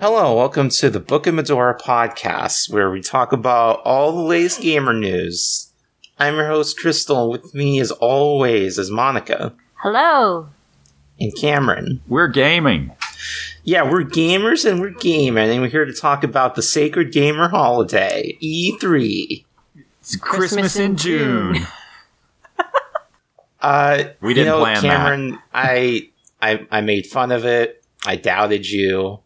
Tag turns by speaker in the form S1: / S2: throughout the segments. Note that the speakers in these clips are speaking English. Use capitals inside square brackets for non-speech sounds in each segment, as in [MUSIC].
S1: welcome to the Book of Medora podcast, where we talk about all the latest gamer news. I'm your host, Crystal. With me, as always, is Monica
S2: Hello.
S1: and Cameron.
S3: We're gaming.
S1: Yeah, we're gamers and we're gaming, and we're here to talk about the sacred gamer holiday, E E3.
S3: It's Christmas, in June.
S1: Uh,
S3: We
S1: you
S3: didn't
S1: know,
S3: plan that.
S1: Cameron, I, I, I made fun of it. I doubted you.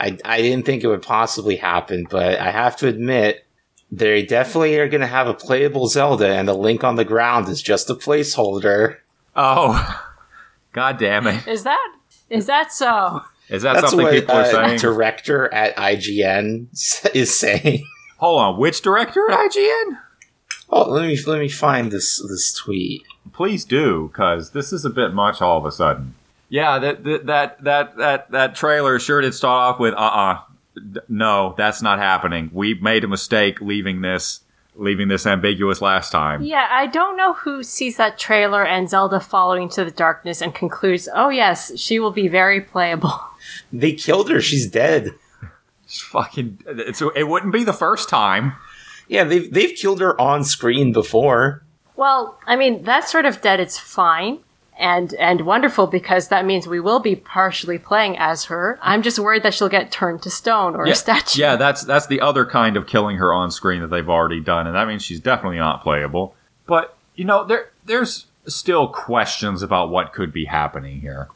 S1: I, I didn't think it would possibly happen, but I have to admit, they definitely are going to have a playable Zelda, and the Link on the ground is just a placeholder.
S3: oh, [LAUGHS] god damn it!
S2: Is that is that so?
S3: Is that
S1: That's
S3: something
S1: what
S3: people are
S1: uh,
S3: saying?
S1: director at IGN s- [LAUGHS] is saying.
S3: Hold on, which director at IGN?
S1: Oh, let me let me find this this tweet.
S3: Please do, because this is a bit much all of a sudden. Yeah, that that that that that, that trailer sure did start off with uh uh no, that's not happening. We made a mistake leaving this leaving this ambiguous last time.
S2: Yeah, I don't know who sees that trailer and Zelda falling into the darkness and concludes, "Oh yes, she will be very playable." [LAUGHS]
S1: They killed her. She's dead.
S3: It's fucking, it's, it wouldn't be the first time.
S1: Yeah, they've they've killed her on screen before.
S2: Well, I mean, that sort of dead is fine and and wonderful because that means we will be partially playing as her. I'm just worried that she'll get turned to stone or
S3: yeah,
S2: a statue.
S3: yeah, that's that's the other kind of killing her on screen that they've already done, and that means she's definitely not playable. But you know, there there's still questions about what could be happening here.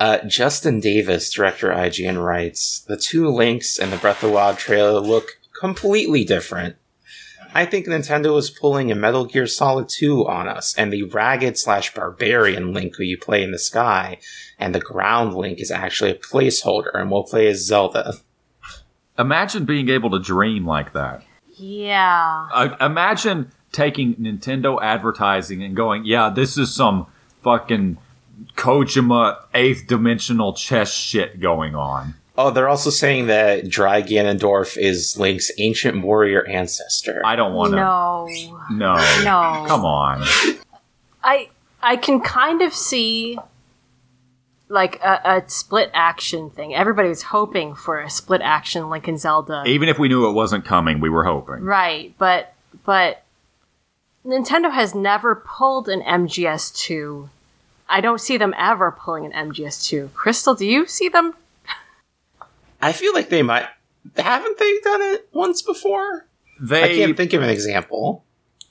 S1: Uh, Justin Davis, director of IGN, writes The two Links and the Breath of the Wild trailer look completely different. I think Nintendo is pulling a Metal Gear Solid 2 on us, and the ragged slash barbarian Link who you play in the sky, and the ground Link is actually a placeholder and will play as Zelda.
S3: Imagine being able to dream like that.
S2: Yeah.
S3: I, imagine taking Nintendo advertising and going, "Yeah, this is some fucking Kojima eighth dimensional chess shit going on."
S1: Oh, they're also saying that Dry Ganondorf is Link's ancient warrior ancestor.
S3: I don't want to.
S2: No.
S3: No.
S2: No.
S3: Come on.
S2: I I can kind of see like a, a split action thing. Everybody was hoping for a split action Link and Zelda,
S3: Even if we knew it wasn't coming, we were hoping.
S2: right? But but Nintendo has never pulled an MGS two. I don't see them ever pulling an MGS two. Crystal, do you see them?
S1: I feel like they might. Haven't they done it once before?
S3: They
S1: I can't think of an example.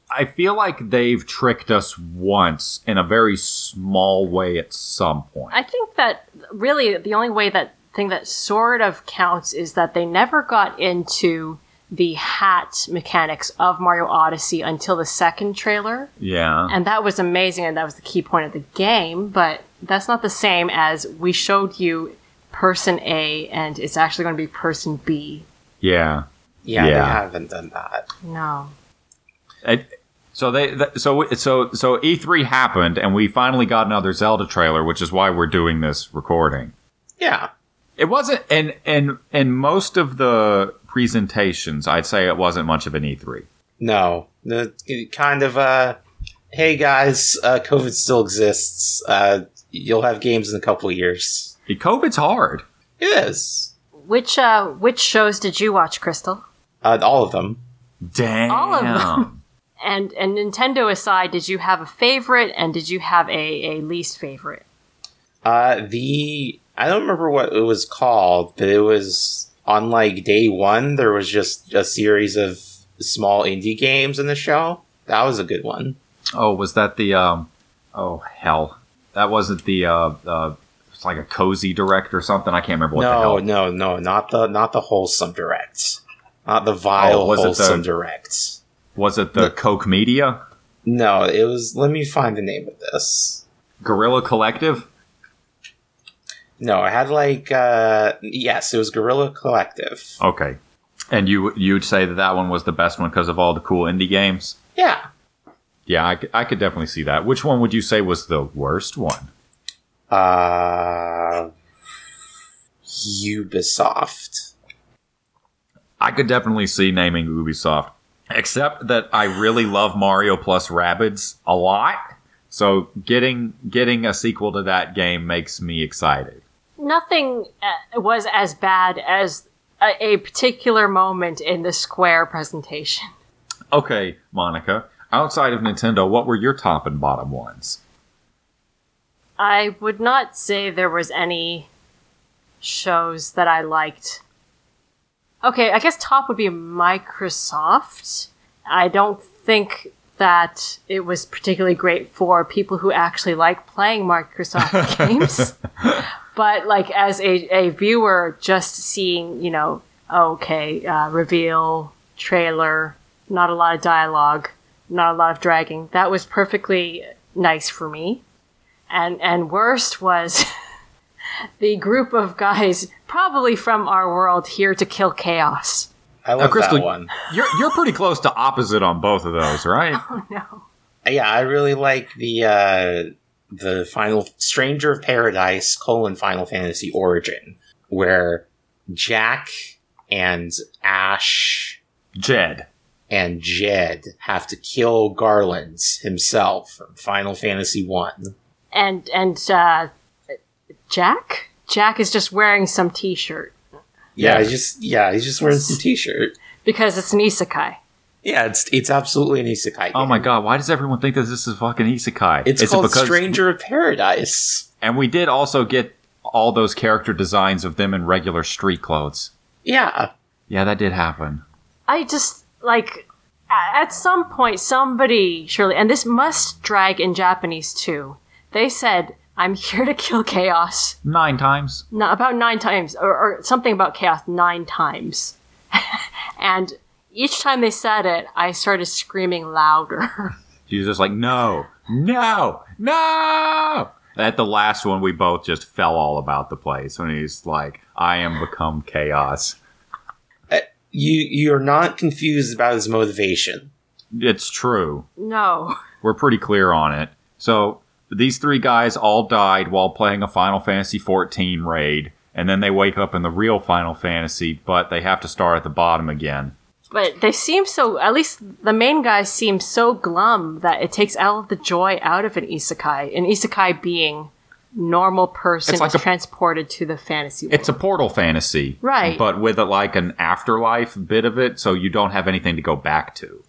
S3: I feel like they've tricked us once in a very small way at some point.
S2: I think that really the only way that thing that sort of counts is that they never got into the hat mechanics of Mario Odyssey until the second trailer.
S3: yeah.
S2: and that was amazing and that was the key point of the game but that's not the same as we showed you person a and it's actually going to be person b
S3: yeah.
S1: Yeah, they
S3: Yeah.
S1: haven't done that.
S2: no
S3: I- so they th- so so so E3 happened and we finally got another Zelda trailer, which is why we're doing this recording.
S1: Yeah.
S3: It wasn't and and and most of the presentations, I'd say it wasn't much of an E E3.
S1: No. The kind of uh hey guys, uh COVID still exists. Uh you'll have games in a couple of years.
S3: COVID's hard.
S1: It is.
S2: which uh which shows did you watch crystal
S1: Uh all of them.
S3: Damn.
S2: All of them. and and nintendo aside did you have a favorite and did you have a, a least favorite
S1: Uh the I don't remember what it was called, but it was on like day one there was just a series of small indie games in the show. That was a good one.
S3: Oh, was that the um oh hell. That wasn't the uh uh it's like a cozy direct or something. I can't remember what the
S1: no,
S3: hell.
S1: no, no, not the not the wholesome direct. Not the vile
S3: Oh, was it the-
S1: wholesome direct.
S3: Was it the Coke Media?
S1: No, it was. Let me find the name of this.
S3: Gorilla Collective?
S1: No, I had like. uh Yes, it was Gorilla Collective.
S3: Okay. And you you'd say that that one was the best one because of all the cool indie games?
S1: Yeah.
S3: Yeah, I, c- I could definitely see that. Which one would you say was the worst one?
S1: Uh, Ubisoft.
S3: I could definitely see naming Ubisoft. Except that I really love Mario plus Rabbids a lot. So getting getting a sequel to that game makes me excited.
S2: nothing uh, was as bad as a, a particular moment in the Square presentation.
S3: Okay, Monica. Outside of Nintendo, what were your top and bottom ones?
S2: I would not say there was any shows that I liked. Okay, I guess top would be Microsoft. I don't think that it was particularly great for people who actually like playing Microsoft games. But like as a, a viewer, just seeing, you know, okay, uh, reveal, trailer, not a lot of dialogue, not a lot of dragging. That was perfectly nice for me. And and worst was [LAUGHS] the group of guys probably from our world here to kill chaos. [LAUGHS]
S1: I
S3: Now,
S1: love
S3: Crystal,
S1: that one.
S3: you're you're pretty close to opposite on both of those, right?
S2: Oh no.
S1: Yeah, I really like the uh, the final Stranger of Paradise colon Final Fantasy Origin, where Jack and Ash
S3: Jed.
S1: and Jed have to kill Garlands himself from Final Fantasy One.
S2: And and uh, Jack? Jack is just wearing some t shirt
S1: Yeah,
S3: Yeah.
S1: he's just yeah, he's just wearing some t-shirt.
S2: because it's an isekai.
S1: Yeah, it's it's absolutely an isekai.
S3: Oh
S1: game.
S3: my god, why does everyone think that this is fucking isekai?
S1: It's
S3: Is it
S1: called
S3: because-
S1: Stranger of Paradise.
S3: And we did also get all those character designs of them in regular street clothes.
S1: Yeah,
S3: Yeah, that did happen.
S2: I just like a- at some point somebody surely and this must drag in Japanese too. They said I'm [LAUGHS] here to kill chaos
S3: Nine times.
S2: no, about nine times or, or something about chaos nine times. [LAUGHS] and each time they said it, I started screaming louder. [LAUGHS]
S3: She was just like, no, no, no. At the last one, we both just fell all about the place when he's like, I am become chaos.
S1: you you're not confused about his motivation.
S3: It's true.
S2: no.
S3: We're pretty clear on it. So these three guys all died while playing a Final Fantasy 14 raid, and then they wake up in the real Final Fantasy, but they have to start at the bottom again.
S2: But they seem so at least the main guy seems so glum that it takes all of the joy out of an isekai. An isekai being normal person
S3: It's like
S2: is
S3: a-
S2: transported to the fantasy world.
S3: It's a portal fantasy,
S2: Right.
S3: But with a, like an afterlife bit of it, so you don't have anything to go back to.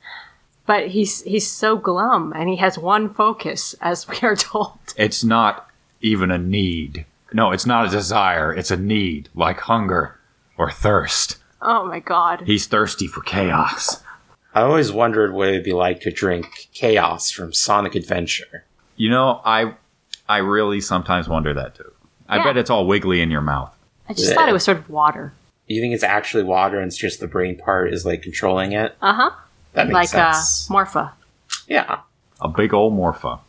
S2: but he's he's so glum and he has one focus as we are [LAUGHS] told
S3: It's not even a need. No, it's not a desire. It's a need, like hunger or thirst.
S2: oh my god
S3: He's thirsty for chaos.
S1: I always wondered what it'd be like to drink chaos from Sonic Adventure.
S3: You know, I, I really sometimes wonder that too. I
S2: Yeah.
S3: bet it's all wiggly in your mouth.
S2: i just thought it was sort of water
S1: You think it's actually water and it's just the brain part is like controlling it?
S2: uh-huh
S1: That makes
S2: like
S1: sense.
S2: uh morpha
S1: yeah.
S3: a big old morpha.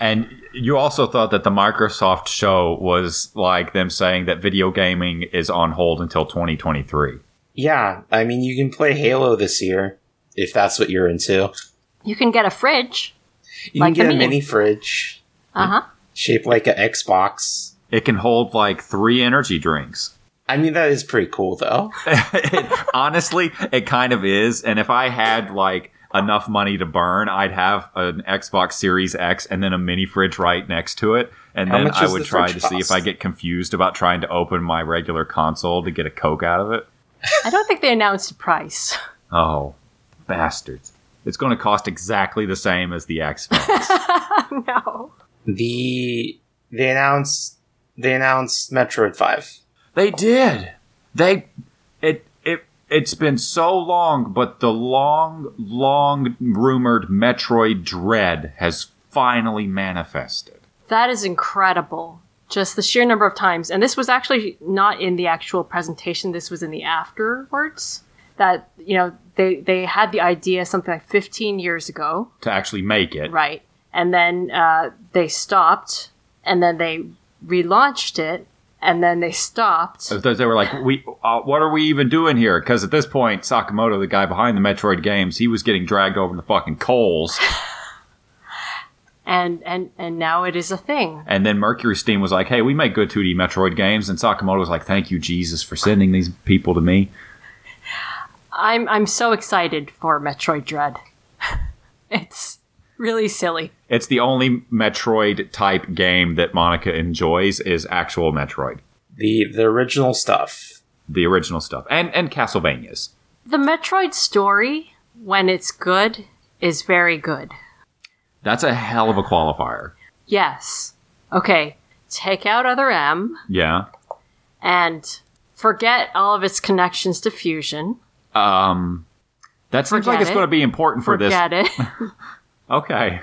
S3: And you also thought that the Microsoft show was like them saying that video gaming is on hold until 2023.
S1: Yeah, I mean you can play Halo this year if that's what you're into.
S2: you can get a fridge
S1: You
S2: Like the
S1: can get a
S2: meme.
S1: mini fridge
S2: uh-huh
S1: shaped like an Xbox.
S3: It can hold like three energy drinks.
S1: I mean that is pretty cool though.
S3: It- honestly, it kind of is. And if I had like enough money to burn, I'd have an Xbox Series X and then a mini fridge right next to it. And
S1: How
S3: then
S1: much
S3: I
S1: does
S3: would
S1: the
S3: try to
S1: fridge
S3: see if
S1: cost?
S3: I get confused about trying to open my regular console to get a Coke out of it.
S2: i don't think they announced a price [LAUGHS]
S3: Oh, bastards. It's going to cost exactly the same as the Xbox.
S2: no
S1: The they announced they announced Metroid Five.
S3: [LAUGHS] they did. They it it it's been so long, but the long long rumored Metroid Dread has finally manifested.
S2: that is incredible just the sheer number of times and this was actually not in the actual presentation this was in the afterwards that you know they they had the idea something like 15 years ago
S3: To actually make it,
S2: Right. And then uh, they stopped, and then they relaunched it, and then they stopped.
S3: Because they were like, "We, uh, what are we even doing here?" Because at this point, Sakamoto, the guy behind the Metroid games, he was getting dragged over the
S2: [LAUGHS]
S3: fucking coals,
S2: And, and, and now it is a thing.
S3: and then Mercury Steam was like, "Hey, we make good 2D Metroid games," and Sakamoto was like, "Thank you, Jesus, for sending these people to me."
S2: I'm, I'm so excited for Metroid Dread. [LAUGHS] it's really silly.
S3: It's the only Metroid type game that Monica enjoys is actual Metroid.
S1: The the original stuff.
S3: the original stuff and and Castlevanias.
S2: The Metroid story, when it's good, is very good.
S3: That's a hell of a qualifier.
S2: Yes. Okay. Take out other M
S3: Yeah.
S2: and forget all of its connections to fusion.
S3: Um, that seems like
S2: Forget
S3: it's
S2: it.
S3: going to be important for this.
S2: Forget it.
S3: Okay.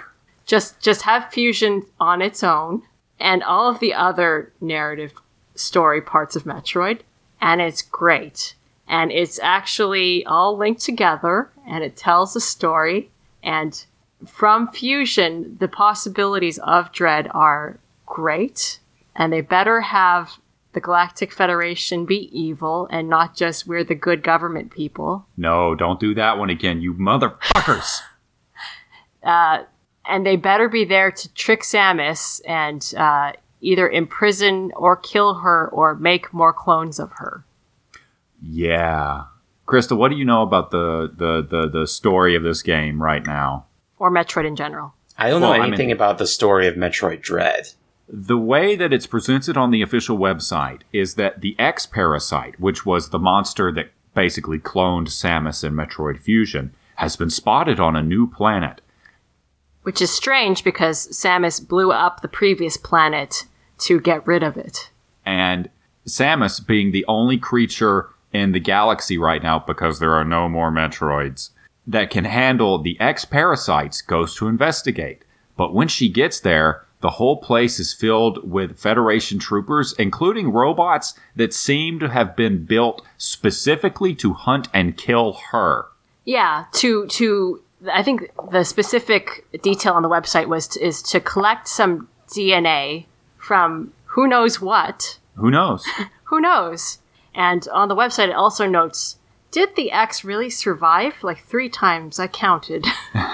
S2: just just have fusion on its own and all of the other narrative story parts of metroid and it's great and it's actually all linked together and it tells a story and from fusion the possibilities of dread are great and they better have the galactic federation be evil and not just we're the good government people
S3: No, don't do that one again, you motherfuckers.
S2: and they better be there to trick Samus and uh, either imprison or kill her or make more clones of her.
S3: yeah. Crystal, what do you know about the, the, the, the story of this game right now?
S2: Or Metroid in general.
S1: I don't
S3: Well, I
S1: know
S3: mean-
S1: anything about the story of Metroid Dread.
S3: The way that it's presented on the official website is that the X parasite, which was the monster that basically cloned Samus in Metroid Fusion, has been spotted on a new planet.
S2: Which is strange because Samus blew up the previous planet to get rid of it.
S3: and Samus being the only creature in the galaxy right now because there are no more Metroids that can handle the ex parasites goes to investigate. But when she gets there, the whole place is filled with Federation troopers, including robots that seem to have been built specifically to hunt and kill her.
S2: Yeah, to to I think the specific detail on the website was to, is to collect some DNA from who knows what
S3: Who knows?
S2: who knows? And on the website, it also notes Did the X really survive? Like three times I counted. [LAUGHS]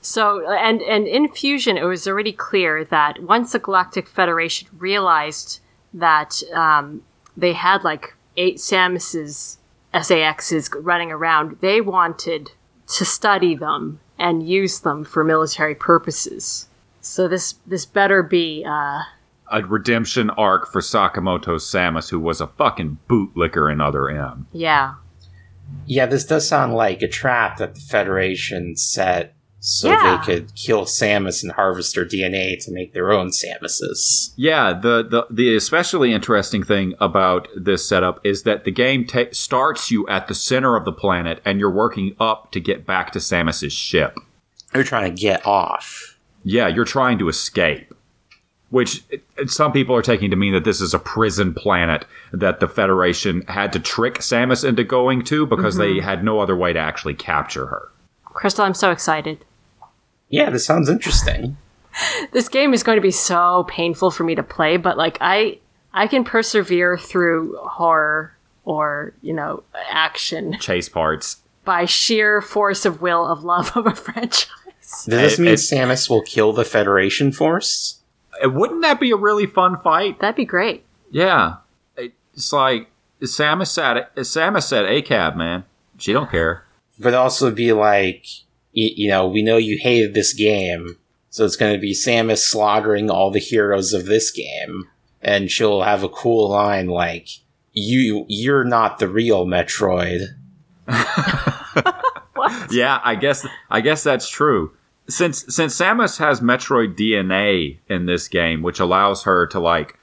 S2: so, and, and in Fusion, it was already clear that once the Galactic Federation realized that um, they had like eight Samus's SAXs running around, they wanted to study them and use them for military purposes. So this this better be uh,
S3: A redemption arc for Sakamoto Samus, who was a fucking bootlicker in Other M.
S2: yeah
S1: Yeah, this does sound like a trap that the Federation set so
S2: Yeah.
S1: they could kill Samus and harvest her DNA to make their own Samuses.
S3: Yeah, the, the the especially interesting thing about this setup is that the game ta- starts you at the center of the planet, and you're working up to get back to Samus's ship.
S1: They're trying to get off.
S3: Yeah, you're trying to escape, which it- it- some people are taking to mean that this is a prison planet that the Federation had to trick Samus into going to because they had no other way to actually capture her.
S2: Crystal, I'm so excited.
S1: Yeah, this sounds interesting.
S2: This game is going to be so painful for me to play, but like I I can persevere through horror or, you know, action
S3: Chase parts.
S2: by sheer force of will of love of a [LAUGHS] franchise.
S1: Does this
S3: It-
S1: mean
S3: it-
S1: Samus will kill the Federation force?
S3: Uh, Wouldn't that be a really fun fight?
S2: That'd be great.
S3: Yeah, it's like Samus at Samus at ACAB, man. She don't care.
S1: But also be like, y- you know, we know you hated this game, so it's going to be Samus slaughtering all the heroes of this game, and she'll have a cool line like, "You, you're not the real Metroid."
S2: What?
S3: Yeah, I guess I guess that's true. Since since Samus has Metroid DNA in this game, which allows her to like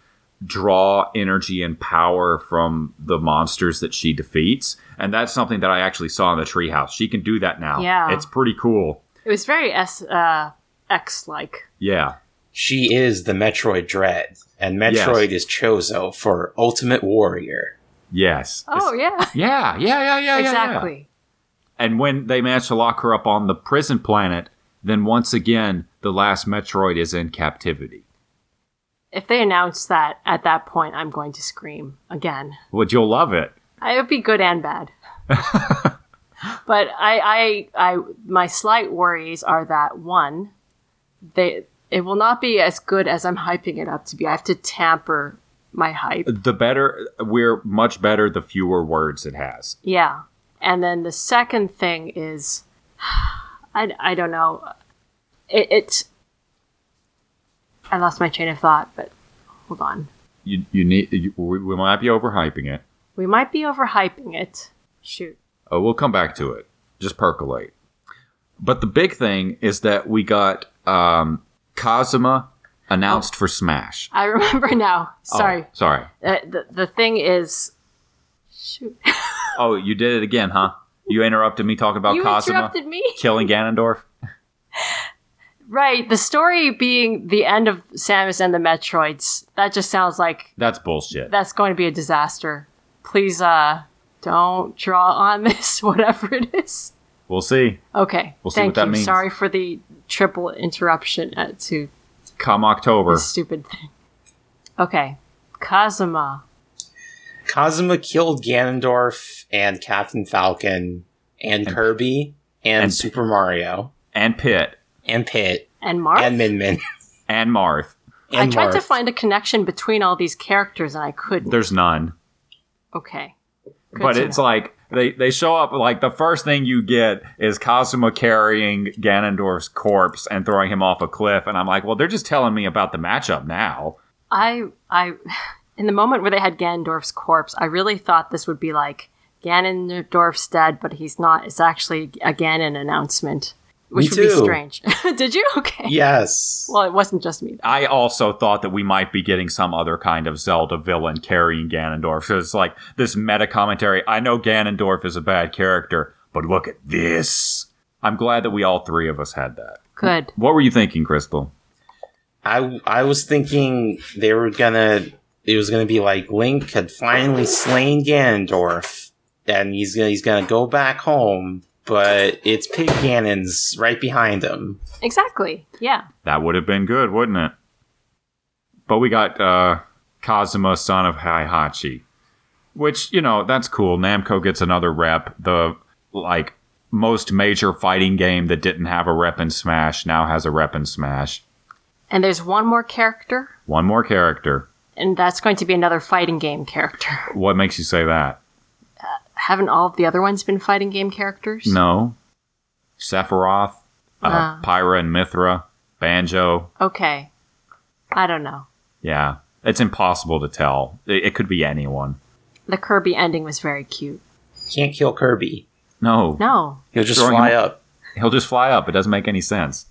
S3: draw energy and power from the monsters that she defeats, and that's something that I actually saw in the treehouse. She can do that now.
S2: Yeah.
S3: it's pretty cool.
S2: It was very S uh X like.
S3: Yeah,
S1: She is the Metroid Dread, and Metroid is Chozo for Ultimate Warrior.
S3: yes.
S2: Oh
S3: It's-
S2: yeah.
S3: yeah, yeah, yeah, yeah, yeah, yeah.
S2: exactly.
S3: And when they manage to lock her up on the prison planet, then once again the last Metroid is in captivity.
S2: If they announce that at that point, I'm going to scream again.
S3: Would you'll love it?
S2: I would be good and bad. but I, I, I, my slight worries are that one, they, it will not be as good as I'm hyping it up to be. I have to tamper my hype.
S3: the better we're much better the fewer words it has
S2: Yeah. And then the second thing is, [SIGHS] I, I don't know. It, it, I lost my train of thought, but hold on.
S3: you, you need you, we, we might be overhyping it.
S2: We might be overhyping it. Shoot.
S3: Uh, we'll come back to it. Just percolate. But the big thing is that we got um, Kazuma announced for Smash.
S2: I remember [LAUGHS] now. Sorry.
S3: Oh, sorry.
S2: Uh, the, the thing is. Shoot.
S3: Oh, you did it again, huh? You interrupted me talking about
S2: you
S3: Kazuma
S2: interrupted me?
S3: killing Ganondorf.
S2: Right. The story being the end of Samus and the Metroids. That just sounds like
S3: That's bullshit.
S2: that's going to be a disaster. Please, uh, don't draw on [LAUGHS] this, whatever it is.
S3: We'll see.
S2: Okay.
S3: We'll see
S2: Thank
S3: what that
S2: you.
S3: means.
S2: Sorry for the triple interruption uh, to
S3: Come October.
S2: stupid thing. Okay. Kazuma.
S1: Kazuma killed Ganondorf and Captain Falcon and, Kirby and,
S3: and-
S1: Super Mario
S3: And Pit.
S1: and Pit
S2: And Marth?
S1: and Min Min.
S3: And Marth.
S2: I
S1: And
S2: tried to
S1: Marth.
S2: find a connection between all these characters and I couldn't.
S3: There's none.
S2: okay. Good
S3: but
S2: to
S3: it's
S2: know.
S3: like they, they show up like the first thing you get is Kazuma carrying Ganondorf's corpse and throwing him off a cliff and I'm like, well, they're just telling me about the matchup now.
S2: I I [LAUGHS] in the moment where they had Ganondorf's corpse, I really thought this would be like Ganondorf's dead, but he's not. It's actually again an announcement, which would be
S1: too.
S2: strange. [LAUGHS] Did you? Okay.
S1: Yes.
S2: Well, it wasn't just me.
S3: I also thought that we might be getting some other kind of Zelda villain carrying Ganondorf. So it's like this meta commentary. I know Ganondorf is a bad character, but look at this. I'm glad that we all three of us had that.
S2: Good.
S3: What were you thinking, Crystal?
S1: I I was thinking they were gonna it was gonna be like Link had finally slain Ganondorf and he's gonna he's gonna go back home, but it's Pig Ganon's right behind him.
S2: Exactly. Yeah.
S3: That would have been good, wouldn't it? But we got uh, Kazuma, son of Heihachi, which you know that's cool. Namco gets another rep. The like most major fighting game that didn't have a rep in Smash now has a rep in Smash.
S2: And there's one more character,
S3: One more character.
S2: and that's going to be another fighting game character. [LAUGHS]
S3: What makes you say that?
S2: Haven't all of the other ones been fighting game characters?
S3: No. Sephiroth, uh,
S2: Ah.
S3: Pyra and Mithra, Banjo.
S2: Okay. I don't know.
S3: Yeah. It's impossible to tell. It, it could be anyone.
S2: The Kirby ending was very cute.
S1: Can't kill Kirby.
S3: No.
S2: No.
S1: He'll just
S3: Throwing
S1: fly
S3: him-
S1: up.
S3: He'll just fly up. It doesn't make any sense.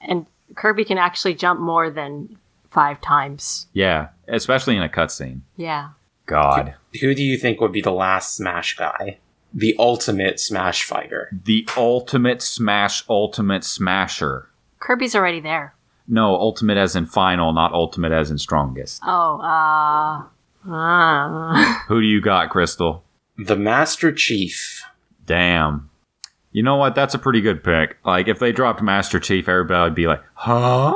S2: And Kirby can actually jump more than five times.
S3: Yeah. Especially in a cutscene.
S2: Yeah.
S3: God.
S1: Who do you think would be the last Smash guy? The ultimate Smash fighter.
S3: The ultimate smash, ultimate smasher.
S2: Kirby's already there.
S3: No, ultimate as in final, not ultimate as in strongest.
S2: Oh, uh. Ah. [LAUGHS]
S3: Who do you got, Crystal?
S1: The Master Chief.
S3: Damn. You know what? That's a pretty good pick. Like, if they dropped Master Chief, everybody would be like, huh?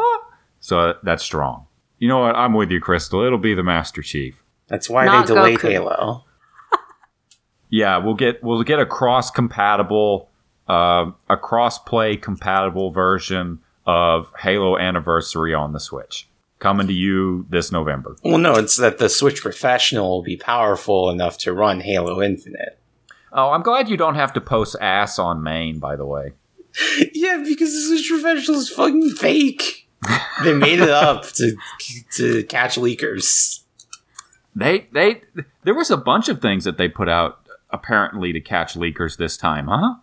S3: So uh, that's strong. You know what? I'm with you, Crystal. It'll be the Master Chief.
S1: That's why
S2: Not
S1: they delayed
S2: Goku.
S1: Halo.
S3: Yeah, we'll get we'll get a cross compatible, uh, a cross play compatible version of Halo Anniversary on the Switch coming to you this November.
S1: Well no, it's that the Switch Professional will be powerful enough to run Halo Infinite.
S3: Oh, I'm glad you don't have to post ass on main. By the way,
S1: [LAUGHS] Yeah, because the Switch Professional is fucking fake. they made it up to to catch leakers.
S3: they they there was a bunch of things that they put out apparently to catch leakers this time, huh?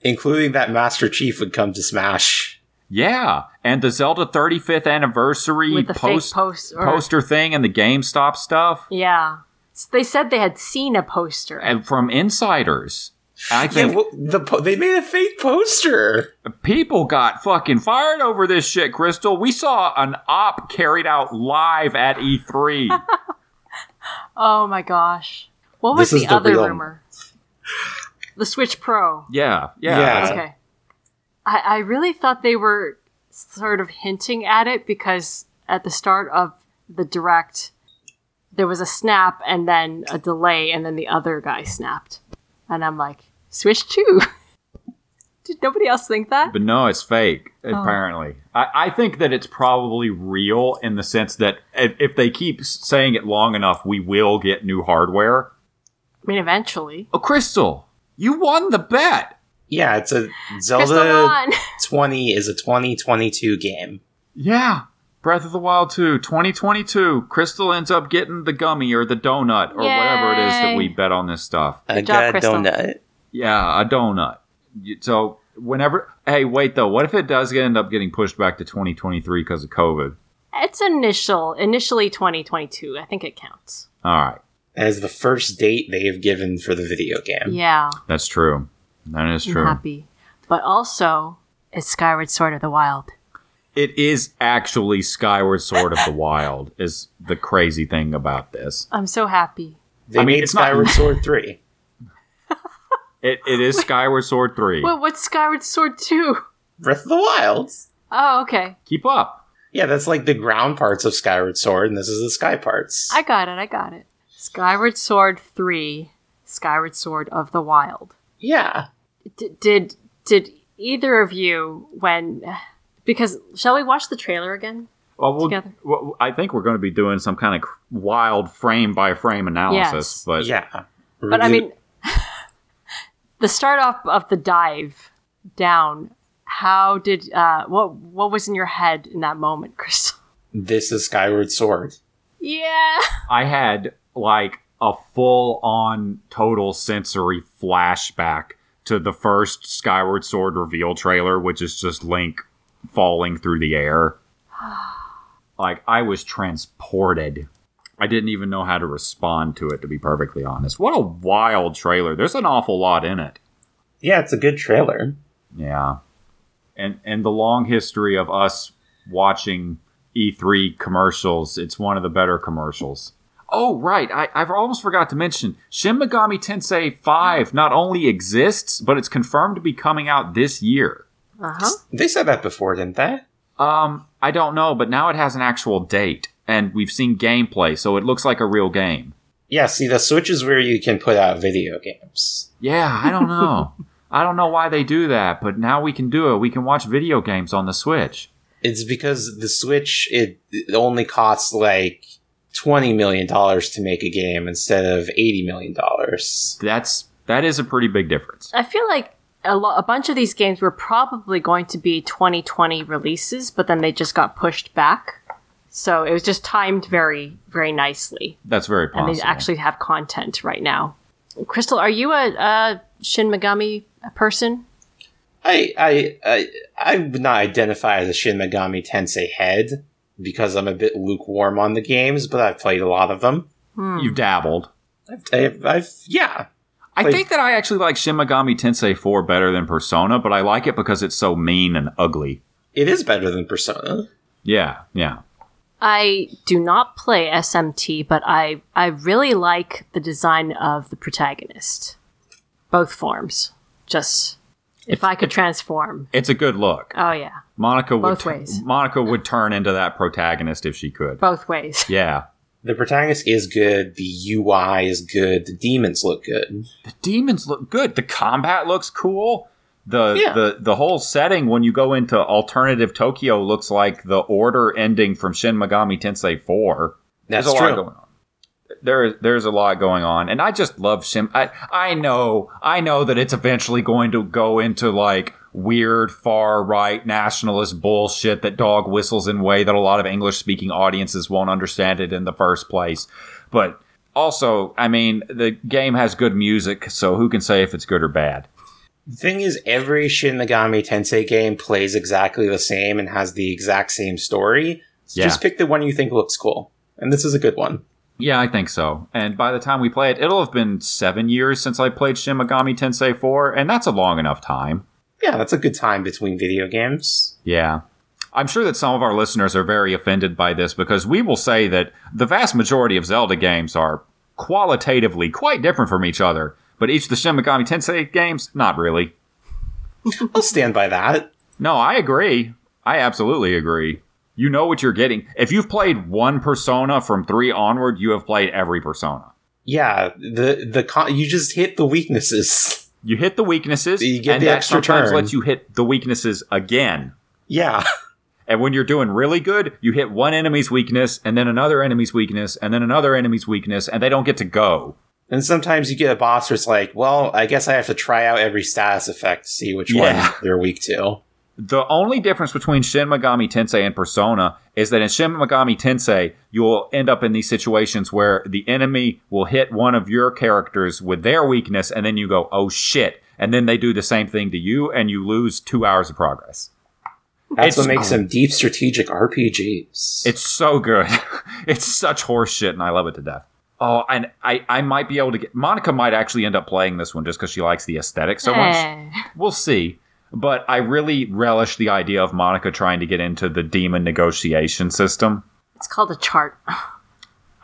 S1: Including that Master Chief would come to Smash.
S3: Yeah, and the Zelda 35th anniversary
S2: With the
S3: post,
S2: fake post. Or,
S3: poster thing and the GameStop stuff
S2: Yeah. S- they said they had seen a poster.
S3: and from insiders. I
S1: Yeah,
S3: think
S1: well, the po- they made a fake poster.
S3: people got fucking fired over this shit, Crystal. We saw an op carried out live at E E3.
S2: oh my gosh. What was
S1: This
S2: the
S1: is the
S2: other
S1: real-
S2: rumor? The Switch Pro.
S3: yeah, yeah,
S1: Yeah.
S2: Okay. I, I really thought they were sort of hinting at it because at the start of the direct, there was a snap and then a delay, and then the other guy snapped. And I'm like, Switch 2. [LAUGHS] Did nobody else think that?
S3: But no, it's fake, apparently. I, I think that it's probably real in the sense that if, if they keep s- saying it long enough, we will get new hardware.
S2: I mean, eventually.
S3: Oh, Crystal, you won the bet.
S1: Yeah, it's a
S2: Crystal
S1: Zelda
S2: Dawn.
S1: 20 is a 2022 game.
S3: Yeah. Breath of the Wild 2, 2022. Crystal ends up getting the gummy or the donut or whatever it is that
S2: Yay.
S3: we bet on this stuff.
S1: Uh,
S2: Good job, Crystal.
S4: donut.
S3: Yeah, a donut. You- So whenever, hey, wait though, what if it does get end up getting pushed back to 2023 because of COVID?
S2: [LAUGHS] It's initial, initially 2022. I think it counts.
S3: All right,
S1: as the first date they have given for the video game.
S2: Yeah,
S3: that's true. That is
S2: I'm
S3: true.
S2: happy. But also, it's Skyward Sword of the Wild.
S3: It is actually Skyward Sword of
S2: [LAUGHS]
S3: the Wild is the crazy thing about this.
S2: I'm so happy.
S1: They
S3: I mean,
S1: made
S3: it's not-
S1: Skyward
S3: [LAUGHS]
S1: Sword 3.
S3: It, it is Skyward Sword 3.
S2: What? What's Skyward Sword [LAUGHS] 2?
S1: Breath of the Wild.
S2: Oh, okay.
S3: Keep up.
S1: Yeah, that's like the ground parts of Skyward Sword, and this is the sky parts.
S2: I got it. I got it. Skyward Sword 3, Skyward Sword of the Wild.
S1: yeah.
S2: D- did did either of you when because shall we watch the trailer again?
S3: Well, we'll-
S2: Together.
S3: well, I think we're going to be doing some kind of cr- wild frame by frame analysis,
S2: Yes.
S3: but
S1: Yeah.
S2: But I mean [LAUGHS] the start off of the dive down how did uh what what was in your head in that moment, Crystal?
S1: this is Skyward Sword.
S2: Yeah.
S3: I had like a full on total sensory flashback to the first Skyward Sword reveal trailer, which is just Link falling through the air. like, I was transported. I didn't even know how to respond to it, to be perfectly honest. What a wild trailer. There's an awful lot in it.
S1: Yeah, it's a good trailer.
S3: Yeah. And and the long history of us watching E3 commercials, it's one of the better commercials. Oh, right. I, I've almost forgot to mention Shin Megami Tensei 5 not only exists, but it's confirmed to be coming out this year.
S2: Uh-huh.
S1: They said that before, didn't they?
S3: Um, I don't know, but now it has an actual date, and we've seen gameplay, so it looks like a real game.
S1: Yeah, see, the Switch is where you can put out video games.
S3: Yeah, I don't [LAUGHS] know. I don't know why they do that, but now we can do it. We can watch video games on the Switch.
S1: It's because the Switch, it, it only costs like $20 million to make a game instead of $80 million.
S3: That's that is a pretty big difference.
S2: I feel like a, lo- a bunch of these games were probably going to be 2020 releases, but then they just got pushed back. So it was just timed very, very nicely.
S3: That's very
S2: And
S3: possible.
S2: they actually have content right now. Crystal, are you a, a Shin Megami person?
S1: I I I I would not identify as a Shin Megami Tensei head because I'm a bit lukewarm on the games, but I've played a lot of them.
S2: hmm.
S3: you've dabbled.
S1: I've, I've, I've yeah,
S3: I
S1: Like-
S3: think that I actually like Shin Megami Tensei 4 better than Persona, but I like it because it's so mean and ugly.
S1: it is better than Persona.
S3: Yeah, yeah.
S2: I do not play SMT, but I, I really like the design of the protagonist. Both forms. Just if I could transform.
S3: It's a good look.
S2: Oh, yeah.
S3: Monica would
S2: Both ways.
S3: Monica would turn into that protagonist if she could.
S2: Both ways.
S3: Yeah.
S1: The protagonist is good. The UI is good. The demons look good.
S3: The demons look good. The combat looks cool. The,
S1: Yeah.
S3: the the whole setting when you go into alternative Tokyo looks like the order ending from Shin Megami Tensei 4.
S1: That's
S3: there's a lot
S1: true.
S3: going on. There, there's a lot going on, and I just love Sim. I, I know, I know that it's eventually going to go into like weird far right nationalist bullshit that dog whistles in a way that a lot of English speaking audiences won't understand it in the first place. But also, I mean, the game has good music, so who can say if it's good or bad?
S1: The thing is, every Shin Megami Tensei game plays exactly the same and has the exact same story. So
S3: Yeah.
S1: Just pick the one you think looks cool, and this is a good one.
S3: Yeah, I think so. And by the time we play it, it'll have been seven years since I played Shin Megami Tensei 4, and that's a long enough time.
S1: Yeah, that's a good time between video games.
S3: Yeah. I'm sure that some of our listeners are very offended by this because we will say that the vast majority of Zelda games are qualitatively quite different from each other, but each of the Shin Megami Tensei games, not really.
S1: I'll stand by that.
S3: No, I agree. I absolutely agree. You know what you're getting. If you've played one persona from three onward, you have played every persona.
S1: Yeah, the the con- you just hit the weaknesses. [LAUGHS]
S3: You hit the weaknesses,
S1: You get
S3: and
S1: the
S3: that
S1: extra
S3: sometimes
S1: turn.
S3: lets you hit the weaknesses again.
S1: Yeah,
S3: And when you're doing really good, you hit one enemy's weakness, and then another enemy's weakness, and then another enemy's weakness, and they don't get to go.
S1: and sometimes you get a boss where it's like, well, I guess I have to try out every status effect to see which
S3: Yeah.
S1: one they're weak to.
S3: The only difference between Shin Megami Tensei and Persona is that in Shin Megami Tensei, you'll end up in these situations where the enemy will hit one of your characters with their weakness, and then you go, oh shit. And then they do the same thing to you, and you lose two hours of progress.
S1: That's
S3: It's
S1: what makes them deep strategic RPGs.
S3: It's so good. [LAUGHS] it's such horse shit, and I love it to death. Oh, and I, I might be able to get. Monica might actually end up playing this one just because she likes the aesthetic so much.
S2: Eh.
S3: We'll see. But I really relish the idea of Monica trying to get into the demon negotiation system.
S2: It's called a chart.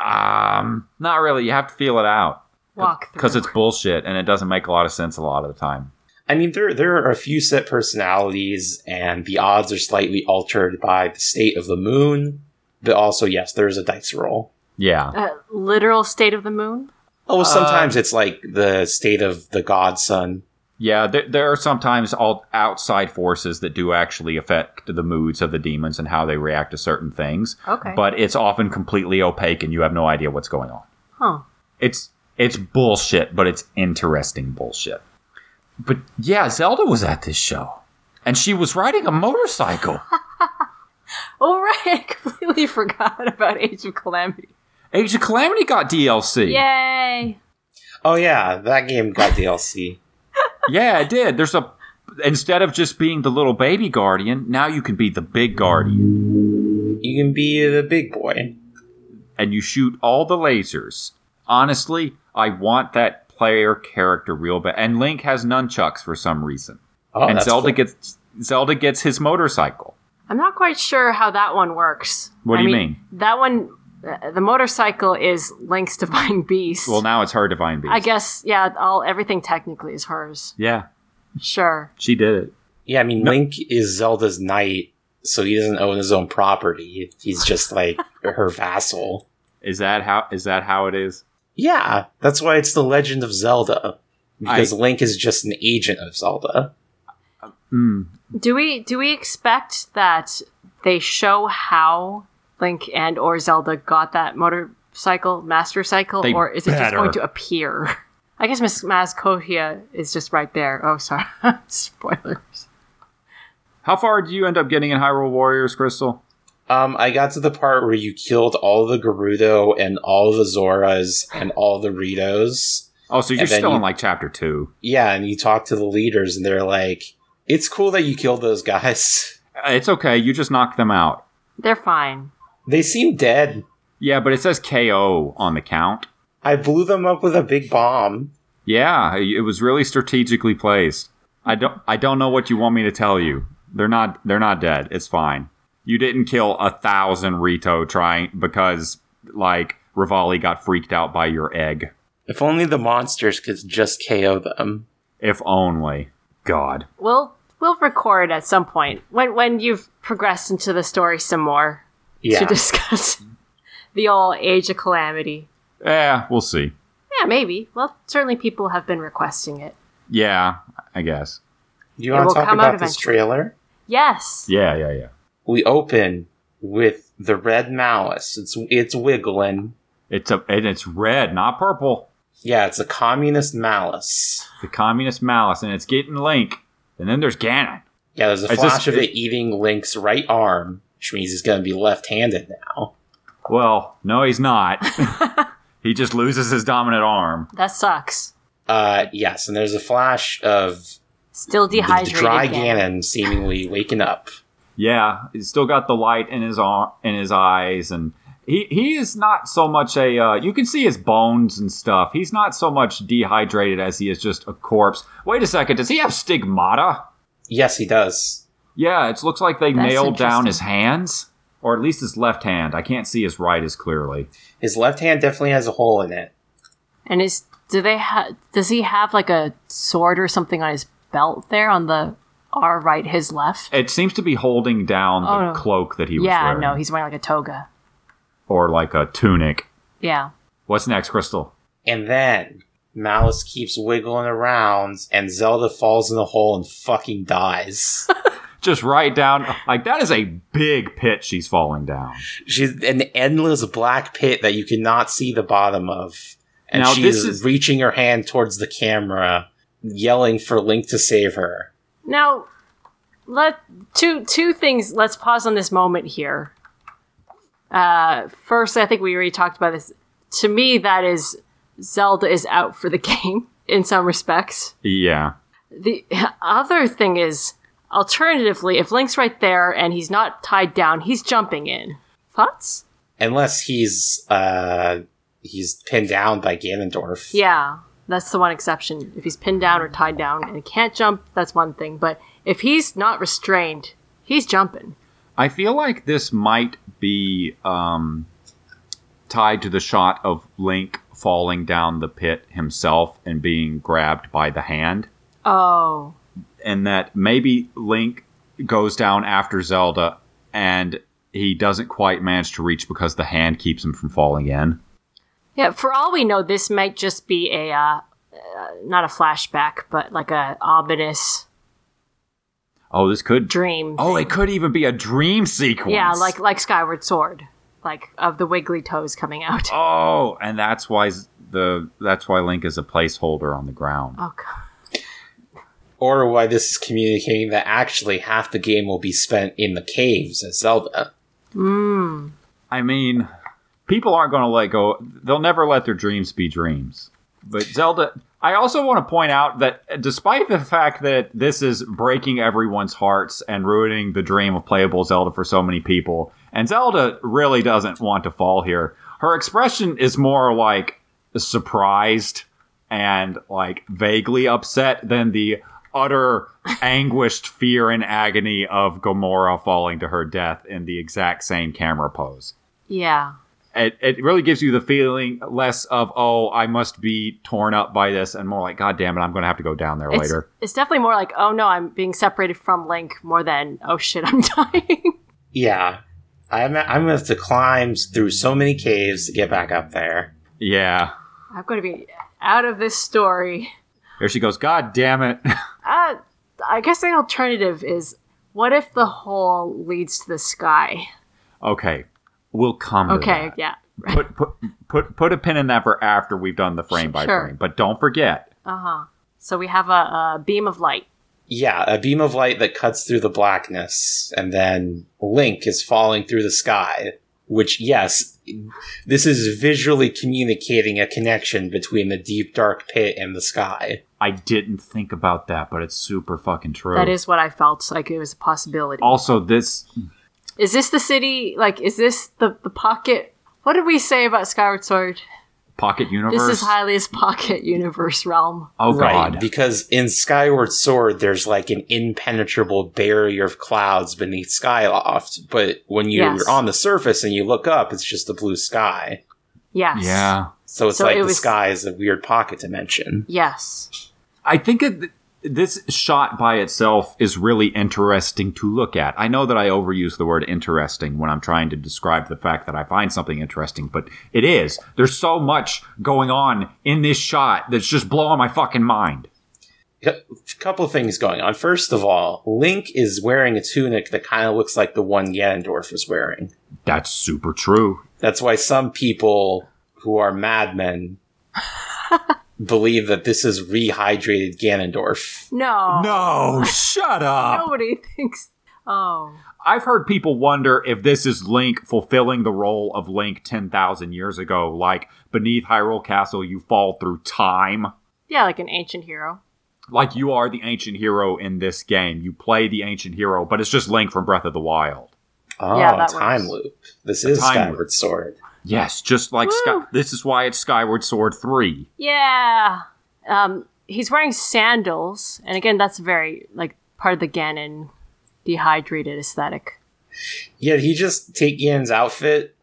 S3: Um, not really. You have to feel it out
S2: Walk through.
S3: because it's bullshit and it doesn't make a lot of sense a lot of the time.
S1: I mean, there there are a few set personalities, and the odds are slightly altered by the state of the moon. But also, yes, there is a dice roll.
S3: Yeah.
S2: uh, literal state of the moon.
S1: Oh, well,
S3: Uh,
S1: sometimes it's like the state of the godson.
S3: Yeah, there, there are sometimes all outside forces that do actually affect the moods of the demons and how they react to certain things.
S2: Okay.
S3: But it's often completely opaque and you have no idea what's going on.
S2: Huh.
S3: It's it's bullshit, but it's interesting bullshit. But yeah, Zelda was at this show. And she was riding
S1: [LAUGHS]
S3: a motorcycle.
S2: Oh [LAUGHS] right, I completely forgot about Age of Calamity.
S3: Age of Calamity got DLC.
S2: Yay!
S1: Oh yeah, that game got
S3: [LAUGHS]
S1: DLC.
S3: Yeah, it did. There's a instead of just being the little baby guardian, now you can be the big guardian,
S1: You can be the big boy.
S3: and you shoot all the lasers. Honestly, I want that player character real bad. And Link has nunchucks for some reason,
S1: Oh,
S3: and
S1: that's
S3: Zelda
S1: cool.
S3: gets Zelda gets his motorcycle.
S2: I'm not quite sure how that one works.
S3: What
S2: I
S3: do you
S2: That one, uh, the motorcycle is Link's divine beast.
S3: Well, now it's her divine beast.
S2: I guess yeah. All everything technically is hers.
S3: Yeah,
S2: Sure.
S3: she did it.
S1: Yeah, I mean, Link is Zelda's knight, so he doesn't own his own property. He's just like her vassal.
S3: Is that how is that how it is?
S1: Yeah, that's why it's the Legend of Zelda because Link is just an agent of Zelda.
S3: Mm.
S2: Do we do we expect that they show how Link and or Zelda got that motorcycle master cycle,
S3: They
S2: or is it just
S3: better.
S2: going to appear? I guess Miss Mazcotia is just right there. Oh, sorry, [LAUGHS] spoilers.
S3: How far do you end up getting in Hyrule Warriors, Crystal?
S1: Um, I got to the part where you killed all the Gerudo and all the Zoras and all the Ritos.
S3: Oh, so you're
S1: then
S3: still
S1: you-
S3: in like chapter two.
S1: Yeah, and you talk to the leaders, and they're like, "It's cool that you killed those guys. [LAUGHS]
S3: Uh, It's okay. You just knocked them out.
S2: They're fine.
S1: They seem dead.
S3: Yeah, but it says KO on the count.
S1: I blew them up with a big bomb."
S3: Yeah, it was really strategically placed. I don't I don't know what you want me to tell you. They're not they're not dead. It's fine. You didn't kill a thousand Rito trying because like Rivali got freaked out by your egg.
S1: If only the monsters could just KO them.
S3: If only. God.
S2: We'll we'll record at some point when when you've progressed into the story some more
S1: Yeah,
S2: to discuss [LAUGHS] the old Age of Calamity.
S3: Yeah, we'll see.
S2: Yeah, maybe. Well, certainly people have been requesting it.
S3: Yeah, I guess.
S1: you
S2: It
S1: want
S2: will
S1: to talk
S2: come out
S1: about this
S2: eventually.
S1: trailer?
S2: Yes.
S3: Yeah, yeah, yeah.
S1: We open with the red malice. It's it's wiggling.
S3: It's a and it's red, not purple.
S1: Yeah, it's a communist malice.
S3: The communist malice, and it's getting Link. And then there's Ganon.
S1: Yeah, there's a
S3: It's
S1: flash
S3: just-
S1: of it eating Link's right arm, which means he's going to be left-handed now.
S3: Well, no, he's not. [LAUGHS] he just loses his dominant arm.
S2: That sucks.
S1: Uh, yes, and there's a flash of
S2: Still
S1: the
S2: dehydrated.
S1: dry
S2: again.
S1: Ganon seemingly waking up.
S3: Yeah, he's still got the light in his arm, in his eyes, and he he is not so much a. Uh, you can see his bones and stuff. He's not so much dehydrated as he is just a corpse. Wait a second, does he have stigmata?
S1: Yes, he does.
S3: Yeah, it looks like they
S2: That's
S3: nailed down
S2: interesting.
S3: his hands, or at least his left hand. I can't see his right as clearly.
S1: His left hand definitely has a hole in it.
S2: And is do they ha- does he have like a sword or something on his belt there on the our right, his left?
S3: It seems to be holding down the
S2: Oh, no.
S3: cloak that he was
S2: yeah,
S3: wearing,
S2: no, he's wearing like a toga.
S3: or like a tunic.
S2: Yeah.
S3: What's next, Crystal?
S1: And then Malice keeps wiggling around, and Zelda falls in the hole and fucking dies.
S3: just right down. Like that is a big pit she's falling down.
S1: She's an endless black pit that you cannot see the bottom of. And
S3: Now,
S1: she's
S3: this is-
S1: reaching her hand towards the camera, yelling for Link to save her.
S2: Now, let two two things. Let's pause on this moment here. Uh, first, I think we already talked about this. To me, that is Zelda is out for the [LAUGHS] game in some respects.
S3: Yeah.
S2: The [LAUGHS] other thing is, alternatively, if Link's right there and he's not tied down, he's jumping in. Thoughts?
S1: Unless he's uh he's pinned down by Ganondorf.
S2: Yeah, that's the one exception. If he's pinned down or tied down and can't jump, that's one thing. But if he's not restrained, he's jumping.
S3: I feel like this might be um, tied to the shot of Link falling down the pit himself and being grabbed by the hand.
S2: Oh,
S3: and that maybe Link goes down after Zelda and he doesn't quite manage to reach because the hand keeps him from falling in.
S2: yeah. For all we know, this might just be a uh, uh, not a flashback, but like a ominous
S3: Oh, this could.
S2: dream.
S3: Oh, it could even be a dream sequence.
S2: yeah, like like Skyward Sword, like of the wiggly toes coming out. [LAUGHS] Oh,
S3: Oh, and that's why s- the that's why Link is a placeholder on the ground.
S2: Oh, god.
S1: Or why this is communicating that actually half the game will be spent in the caves as Zelda.
S3: I mean, people aren't going to let go. They'll never let their dreams be dreams. But Zelda, I also want to point out that despite the fact that this is breaking everyone's hearts and ruining the dream of playable Zelda for so many people, and Zelda really doesn't want to fall here, her expression is more like surprised and like vaguely upset than the utter anguished fear and agony of Gamora falling to her death in the exact same camera pose
S2: Yeah.
S3: it, it really gives you the feeling less of oh i must be torn up by this and more like god damn it i'm gonna have to go down there
S2: It's,
S3: later
S2: it's definitely more like, oh no, I'm being separated from Link more than, oh shit, I'm [LAUGHS] dying.
S1: Yeah. I'm, I'm gonna have to climb through so many caves to get back up there.
S3: yeah
S2: I'm going to be out of this story.
S3: there she goes god damn it [LAUGHS]
S2: Uh, I guess the alternative is what if the hole leads to the sky?
S3: okay we'll come to
S2: Okay,
S3: that.
S2: yeah.
S3: put, put put put a pin in that for after we've done the frame by
S2: Sure.
S3: frame but don't forget
S2: Uh huh. So we have a, a beam of light.
S1: Yeah, a beam of light that cuts through the blackness, and then Link is falling through the sky. Which, yes, this is visually communicating a connection between the deep dark pit and the sky.
S3: i didn't think about that but it's super fucking true
S2: That is what I felt like it was a possibility.
S3: also this
S2: Is this the city? Like, is this the, the pocket? What did we say about Skyward Sword?
S3: pocket universe
S2: This is Hylia's pocket universe realm.
S3: oh god
S1: Because in Skyward Sword, there's like an impenetrable barrier of clouds beneath Skyloft. But when you're
S2: Yes.
S1: on the surface and you look up, it's just the blue sky.
S2: Yes.
S3: yeah
S1: So it's
S2: So
S1: like
S2: it
S1: the
S2: was-
S1: sky is a weird pocket dimension.
S2: Yes.
S3: I think it, this shot by itself is really interesting to look at. I know that I overuse the word interesting when I'm trying to describe the fact that I find something interesting, but it is. There's so much going on in this shot that's just blowing my fucking mind.
S1: a couple things going on. First of all, Link is wearing a tunic that kind of looks like the one Ganondorf was wearing.
S3: That's super true.
S1: That's why some people who are
S2: [LAUGHS]
S1: madmen believe that this is rehydrated Ganondorf.
S2: No.
S3: No, shut up.
S2: Nobody [LAUGHS] thinks. Oh.
S3: I've heard people wonder if this is Link fulfilling the role of Link 10,000 years ago, like beneath Hyrule Castle, you fall through time.
S2: Yeah, like an ancient hero.
S3: like you are the ancient hero in this game. You play the ancient hero, but it's just Link from Breath of the Wild.
S1: Oh,
S2: Yeah, that
S1: time
S2: works.
S1: loop. This is
S3: time
S1: Skyward
S3: loop.
S1: Sword.
S3: Yes, just like Sky-
S2: Woo.
S3: this is why it's Skyward Sword three.
S2: Yeah. Um, he's wearing sandals, and again, that's very like part of the Ganon dehydrated aesthetic.
S1: Yeah, he just take Ganon's outfit.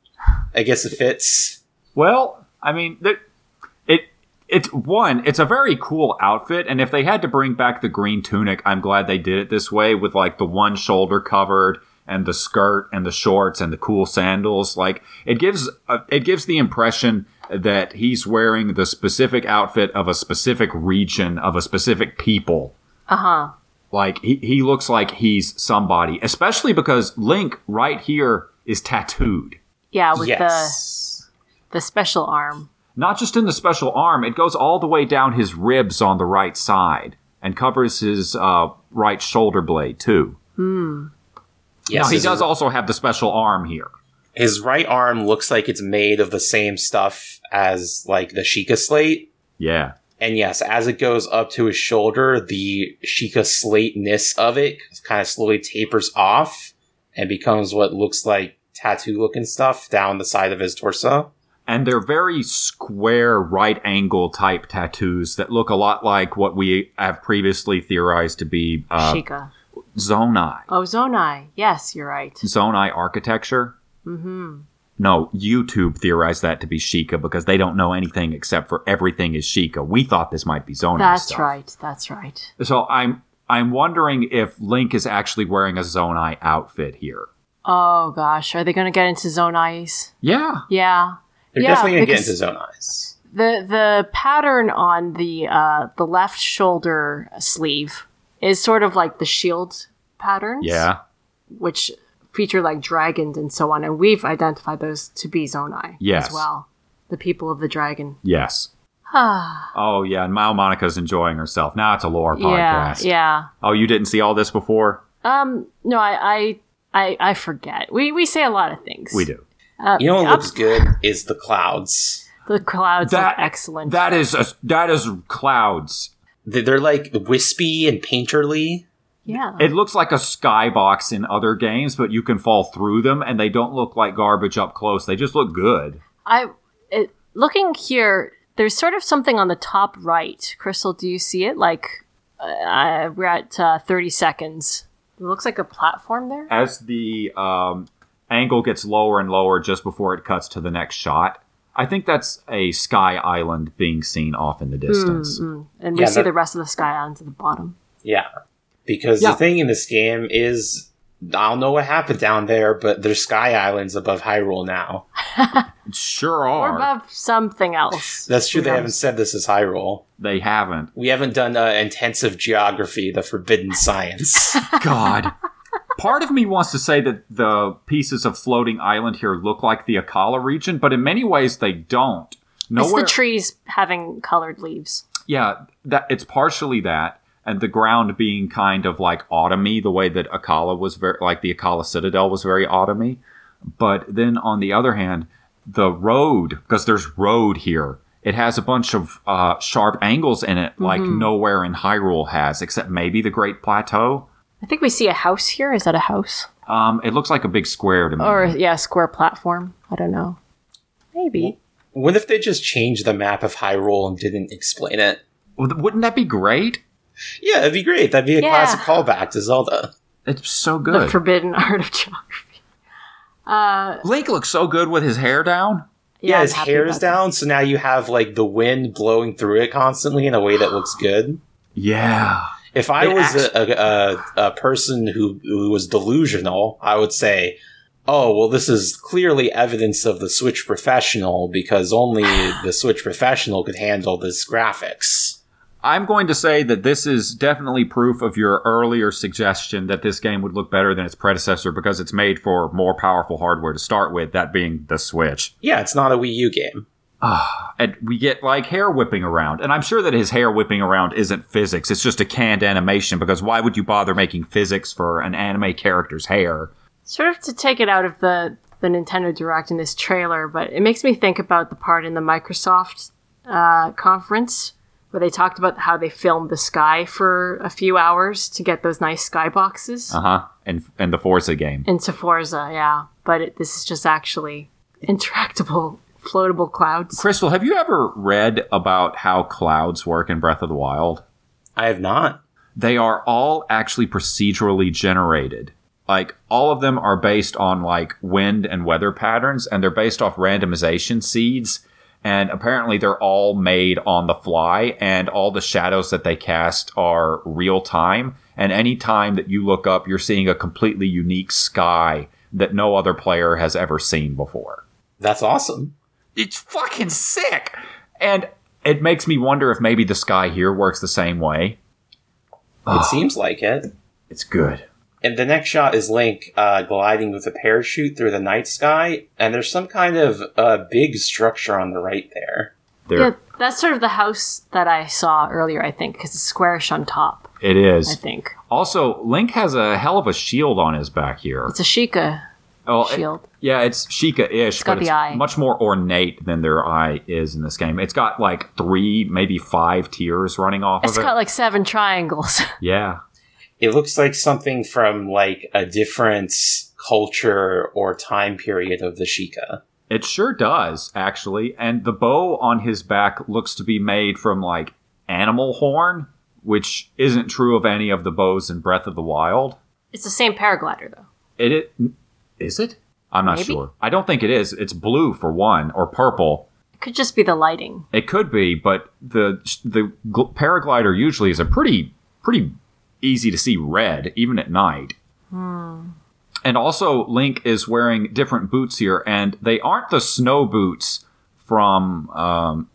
S1: I guess it fits.
S3: Well, I mean, there, it it's one. It's a very cool outfit, and if they had to bring back the green tunic, I'm glad they did it this way with like the one shoulder covered and the skirt and the shorts and the cool sandals. Like it gives uh, it gives the impression that he's wearing the specific outfit of a specific region of a specific people.
S2: Uh huh.
S3: Like he, he looks like he's somebody, especially because Link right here is tattooed.
S2: Yeah, with
S1: yes.
S2: the the special arm.
S3: Not just in the special arm, it goes all the way down his ribs on the right side and covers his uh, right shoulder blade too.
S1: yes,
S3: now he
S1: it's
S3: does
S1: a-
S3: also have the special arm here.
S1: His right arm looks like it's made of the same stuff as like the Sheikah slate.
S3: Yeah.
S1: And yes, as it goes up to his shoulder, the Sheikah slateness of it kind of slowly tapers off and becomes what looks like tattoo looking stuff down the side of his torso.
S3: And they're very square, right angle type tattoos that look a lot like what we have previously theorized to be uh,
S2: Sheikah.
S3: Zonai.
S2: Oh, Zonai. Yes, you're right.
S3: Zonai architecture.
S2: hmm
S3: No, YouTube theorized that to be Sheikah because they don't know anything except for everything is Sheikah. We thought this might be Zonai.
S2: That's
S3: stuff.
S2: right. That's right.
S3: So I'm I'm wondering if Link is actually wearing a Zonai outfit here.
S2: Oh gosh, are they going to get into Zonai's?
S3: Yeah.
S2: Yeah.
S1: They're
S2: Yeah,
S1: definitely going to get
S2: because-
S1: into zone eyes.
S2: the the pattern on the uh, the left shoulder sleeve is sort of like the shield patterns,
S3: Yeah.
S2: which feature like dragons and so on, and we've identified those to be Zonai
S3: Yes.
S2: as well, the people of the dragon. [SIGHS]
S3: Yes.
S2: Ah,
S3: Oh yeah, and Mao Monica's enjoying herself. Now it's a lore
S2: yeah,
S3: podcast.
S2: yeah.
S3: Oh, you didn't see all this before?
S2: Um, no, I, I, I, I forget. We we say a lot of things.
S3: We do.
S2: Uh,
S1: You know what
S2: up-
S1: looks good is the clouds.
S2: The clouds
S3: That-
S2: look excellent.
S3: That is a, that is clouds.
S1: They- They're like wispy and painterly.
S2: yeah.
S3: It looks like a skybox in other games, but you can fall through them and they don't look like garbage up close. They just look good.
S2: I it, looking here. There's sort of something on the top right. Crystal, do you see it? Like uh, we're at uh, 30 seconds. It looks like a platform there.
S3: As the um, angle gets lower and lower just before it cuts to the next shot, I think that's a sky island being seen off in the distance.
S2: Mm, and we
S1: Yeah,
S2: see
S1: that-
S2: the rest of the sky islands at the bottom.
S1: Yeah. Because
S3: Yeah.
S1: the thing in this game is I don't know what happened down there, but there's sky islands above Hyrule now.
S3: Sure
S2: Or
S3: are.
S2: above something else.
S1: That's true.
S2: Who
S1: They
S2: knows?
S1: haven't said this is Hyrule.
S2: [LAUGHS]
S3: They haven't.
S1: We haven't done uh, intensive geography, the forbidden science.
S3: God. Part of me wants to say that the pieces of floating island here look like the Akala region, but in many ways they don't.
S2: It's
S3: Nowhere,
S2: the trees having colored leaves.
S3: yeah, that it's partially that, and the ground being kind of like autumny, the way that Akala was very, like the Akala Citadel was very autumny. But then on the other hand, the road, because there's road here, it has a bunch of uh, sharp angles in it, like
S2: Mm-hmm.
S3: nowhere in Hyrule has, except maybe the Great Plateau.
S2: I think we see a house here. Is that a house
S3: Um, it looks like a big square to me.
S2: or yeah, a square platform? I don't know. Maybe.
S1: what if they just changed the map of Hyrule and didn't explain it?
S3: Well, th- Wouldn't that be great?
S1: Yeah, that'd be great. That'd be a
S2: Yeah.
S1: classic callback to Zelda.
S3: It's so
S2: The
S3: good.
S2: forbidden [LAUGHS] art of geography. Uh,
S3: Link looks so good with his hair down.
S1: Yeah,
S2: I'm
S1: his
S2: happy
S1: hair
S2: about
S1: is
S2: that.
S1: down, so now you have like the wind blowing through it constantly in a way that looks good.
S3: Yeah.
S1: If I
S3: It
S1: was
S3: actu-
S1: a, a, a, a person who, who was delusional, I would say, oh, well, this is clearly evidence of the Switch Professional because only the Switch Professional could handle this graphics.
S3: I'm going to say that this is definitely proof of your earlier suggestion that this game would look better than its predecessor because it's made for more powerful hardware to start with, that being the Switch.
S1: Yeah, it's not a Wii U game.
S3: And we get like hair whipping around. And I'm sure that his hair whipping around isn't physics, it's just a canned animation because why would you bother making physics for an anime character's hair?
S2: sort of to take it out of the the Nintendo Direct in this trailer, but it makes me think about the part in the Microsoft uh, conference where they talked about how they filmed the sky for a few hours to get those nice sky boxes
S3: Uh huh. And, and the Forza game.
S2: into Forza. Yeah, but it, this is just actually interactable floatable clouds.
S3: Crystal, have you ever read about how clouds work in Breath of the Wild?
S1: I have not.
S3: they are all actually procedurally generated. Like all of them are based on like wind and weather patterns and they're based off randomization seeds and apparently they're all made on the fly and all the shadows that they cast are real time and any time that you look up you're seeing a completely unique sky that no other player has ever seen before
S1: That's awesome.
S3: it's fucking sick. And it makes me wonder if maybe the sky here works the same way. Ah.
S1: It seems like it.
S3: It's good.
S1: And the next shot is Link uh, gliding with a parachute through the night sky, and there's some kind of uh, big structure on the right there.
S3: There
S2: Yeah, that's sort of the house that I saw earlier. I think because it's squarish on top.
S3: it
S2: I
S3: is.
S2: think
S3: Also, Link has a hell of a shield on his back here.
S2: it's a Sheikah
S3: Oh, it-
S2: shield.
S3: yeah, it's Sheikah-ish,
S2: got
S3: but
S2: the
S3: it's
S2: eye.
S3: much more ornate than their eye is in this game. It's got like three, maybe five tiers running off
S2: It's
S3: of it.
S2: got like seven triangles. [LAUGHS]
S3: yeah,
S1: It looks like something from like a different culture or time period of the Sheikah.
S3: it sure does actually. And the bow on his back looks to be made from like animal horn, which isn't true of any of the bows in Breath of the Wild.
S2: it's the same paraglider though.
S3: It, it is it? I'm not
S2: Maybe.
S3: sure. I don't think it is. It's blue for one, or purple.
S2: It could just be the lighting.
S3: It could be, but the the gl- paraglider usually is a pretty pretty easy to see red, even at night.
S2: Hmm.
S3: And also, Link is wearing different boots here, and they aren't the snow boots from um,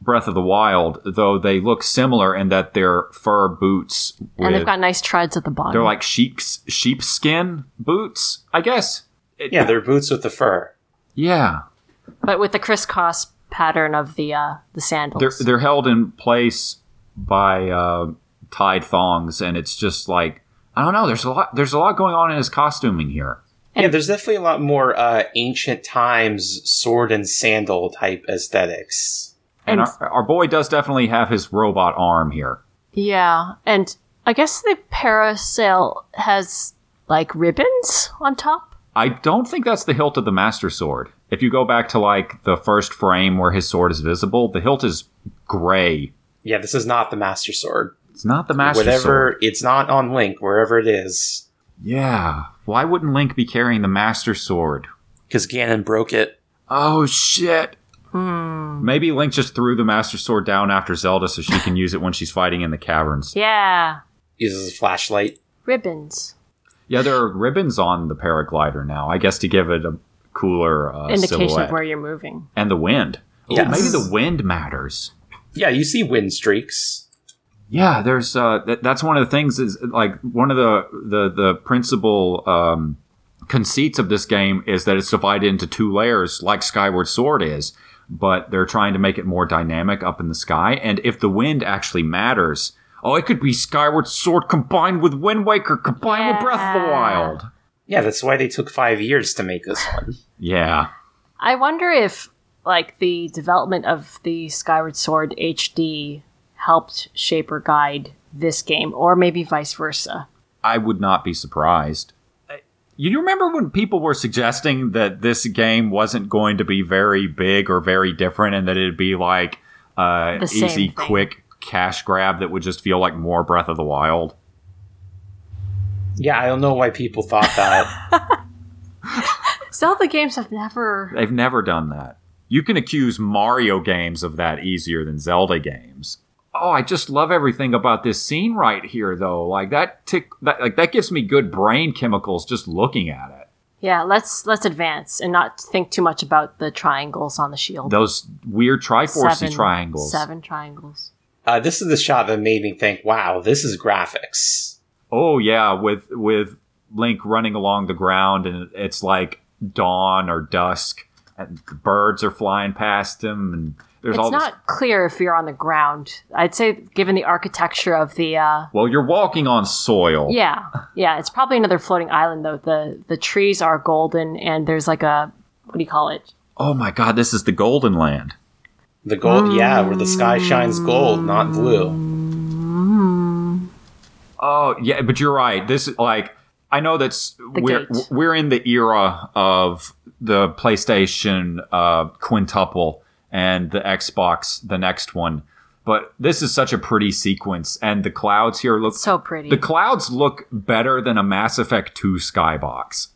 S3: Breath of the Wild, though they look similar in that they're fur boots. With,
S2: and they've got nice treads at the bottom.
S3: they're like sheep's sheepskin boots, I guess. It-
S1: Yeah, they're boots with the fur.
S3: yeah.
S2: but with the crisscross pattern of the uh, the sandals.
S3: they're they're held in place by uh, tied thongs, and it's just like I don't know. There's a lot. There's a lot going on in his costuming here.
S1: yeah, there's definitely a lot more uh, ancient times sword and sandal type aesthetics.
S3: And,
S2: And-
S3: our, our boy does definitely have his robot arm here.
S2: yeah, and I guess the parasail has like ribbons on top.
S3: I don't think that's the hilt of the master sword. If you go back to like the first frame where his sword is visible, the hilt is gray.
S1: Yeah, this is not the Master Sword.
S3: It's not the master
S1: Whatever,
S3: sword.
S1: it's not on Link, wherever it is,
S3: Yeah. Why wouldn't Link be carrying the master sword?
S1: because Ganon broke it.
S3: Oh shit. Maybe Link just threw the Master Sword down after Zelda so she can use it when she's fighting in the caverns.
S2: Yeah,
S1: Uses a flashlight.
S2: ribbons.
S3: Yeah, there are ribbons on the paraglider now, I guess to give it a cooler uh,
S2: Indication
S3: silhouette.
S2: of where you're moving.
S3: and the wind. Ooh,
S1: Yes.
S3: maybe the wind matters.
S1: Yeah, you see wind streaks.
S3: Yeah, there's uh, th- that's one of the things is like one of the the the principal um, conceits of this game is that it's divided into two layers, like Skyward Sword is. But they're trying to make it more dynamic up in the sky, and if the wind actually matters, oh, it could be Skyward Sword combined with Wind Waker combined with Breath of the
S2: Yeah.
S3: Wild.
S1: Yeah, that's why they took five years to make this one.
S3: Yeah,
S2: I wonder if like the development of the Skyward Sword HD helped shape or guide this game, or maybe vice versa.
S3: I would not be surprised. Uh, You remember when people were suggesting that this game wasn't going to be very big or very different, and that it'd be like uh,
S2: The same
S3: easy,
S2: thing.
S3: quick cash grab that would just feel like more Breath of the Wild.
S1: yeah, I don't know why people
S3: [LAUGHS]
S1: thought that.
S2: Zelda games have never.
S3: They've never done that. You can accuse Mario games of that easier than Zelda games. Oh, I just love everything about this scene right here, though. Like that tick, that, like that gives me good brain chemicals just looking at it.
S2: Yeah, let's let's advance and not think too much about the triangles on the shield.
S3: Those weird triforcey
S2: Seven-
S3: triangles.
S2: Seven triangles.
S1: uh, this is the shot that made me think, wow, this is graphics.
S3: Oh yeah, with with Link running along the ground and it's like dawn or dusk and the birds are flying past him and there's all
S2: it's
S3: this
S2: not clear if you're on the ground. I'd say, given the architecture of the, uh,
S3: Well, you're walking on soil.
S2: yeah, yeah, it's probably another floating island though. The the trees are golden, and there's like a what do you call it?
S3: Oh my god, this is the golden land.
S1: The gold, yeah, where the sky shines gold, not blue.
S3: Oh, yeah, but you're right. This is like I know that's we're
S2: gate.
S3: we're in the era of the PlayStation uh, quintuple and the Xbox, the next one. But this is such a pretty sequence, and the clouds here look
S2: So pretty.
S3: The clouds look better than a Mass Effect 2 skybox.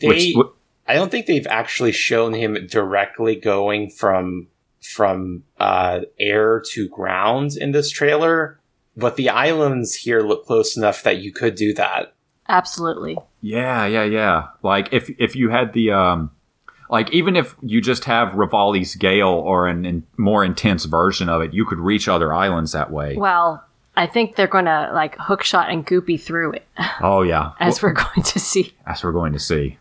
S1: They,
S3: Which, wh-
S1: I don't think they've actually shown him directly going from from uh, air to ground in this trailer, but the islands here look close enough that you could do that.
S2: Absolutely.
S3: yeah, yeah, yeah. Like if if you had the um like even if you just have Rivali's Gale or an in, more intense version of it, you could reach other islands that way.
S2: Well, I think they're gonna like hookshot and goopy through it, [LAUGHS]
S3: Oh yeah.
S2: as we're going to see.
S3: As we're going to see.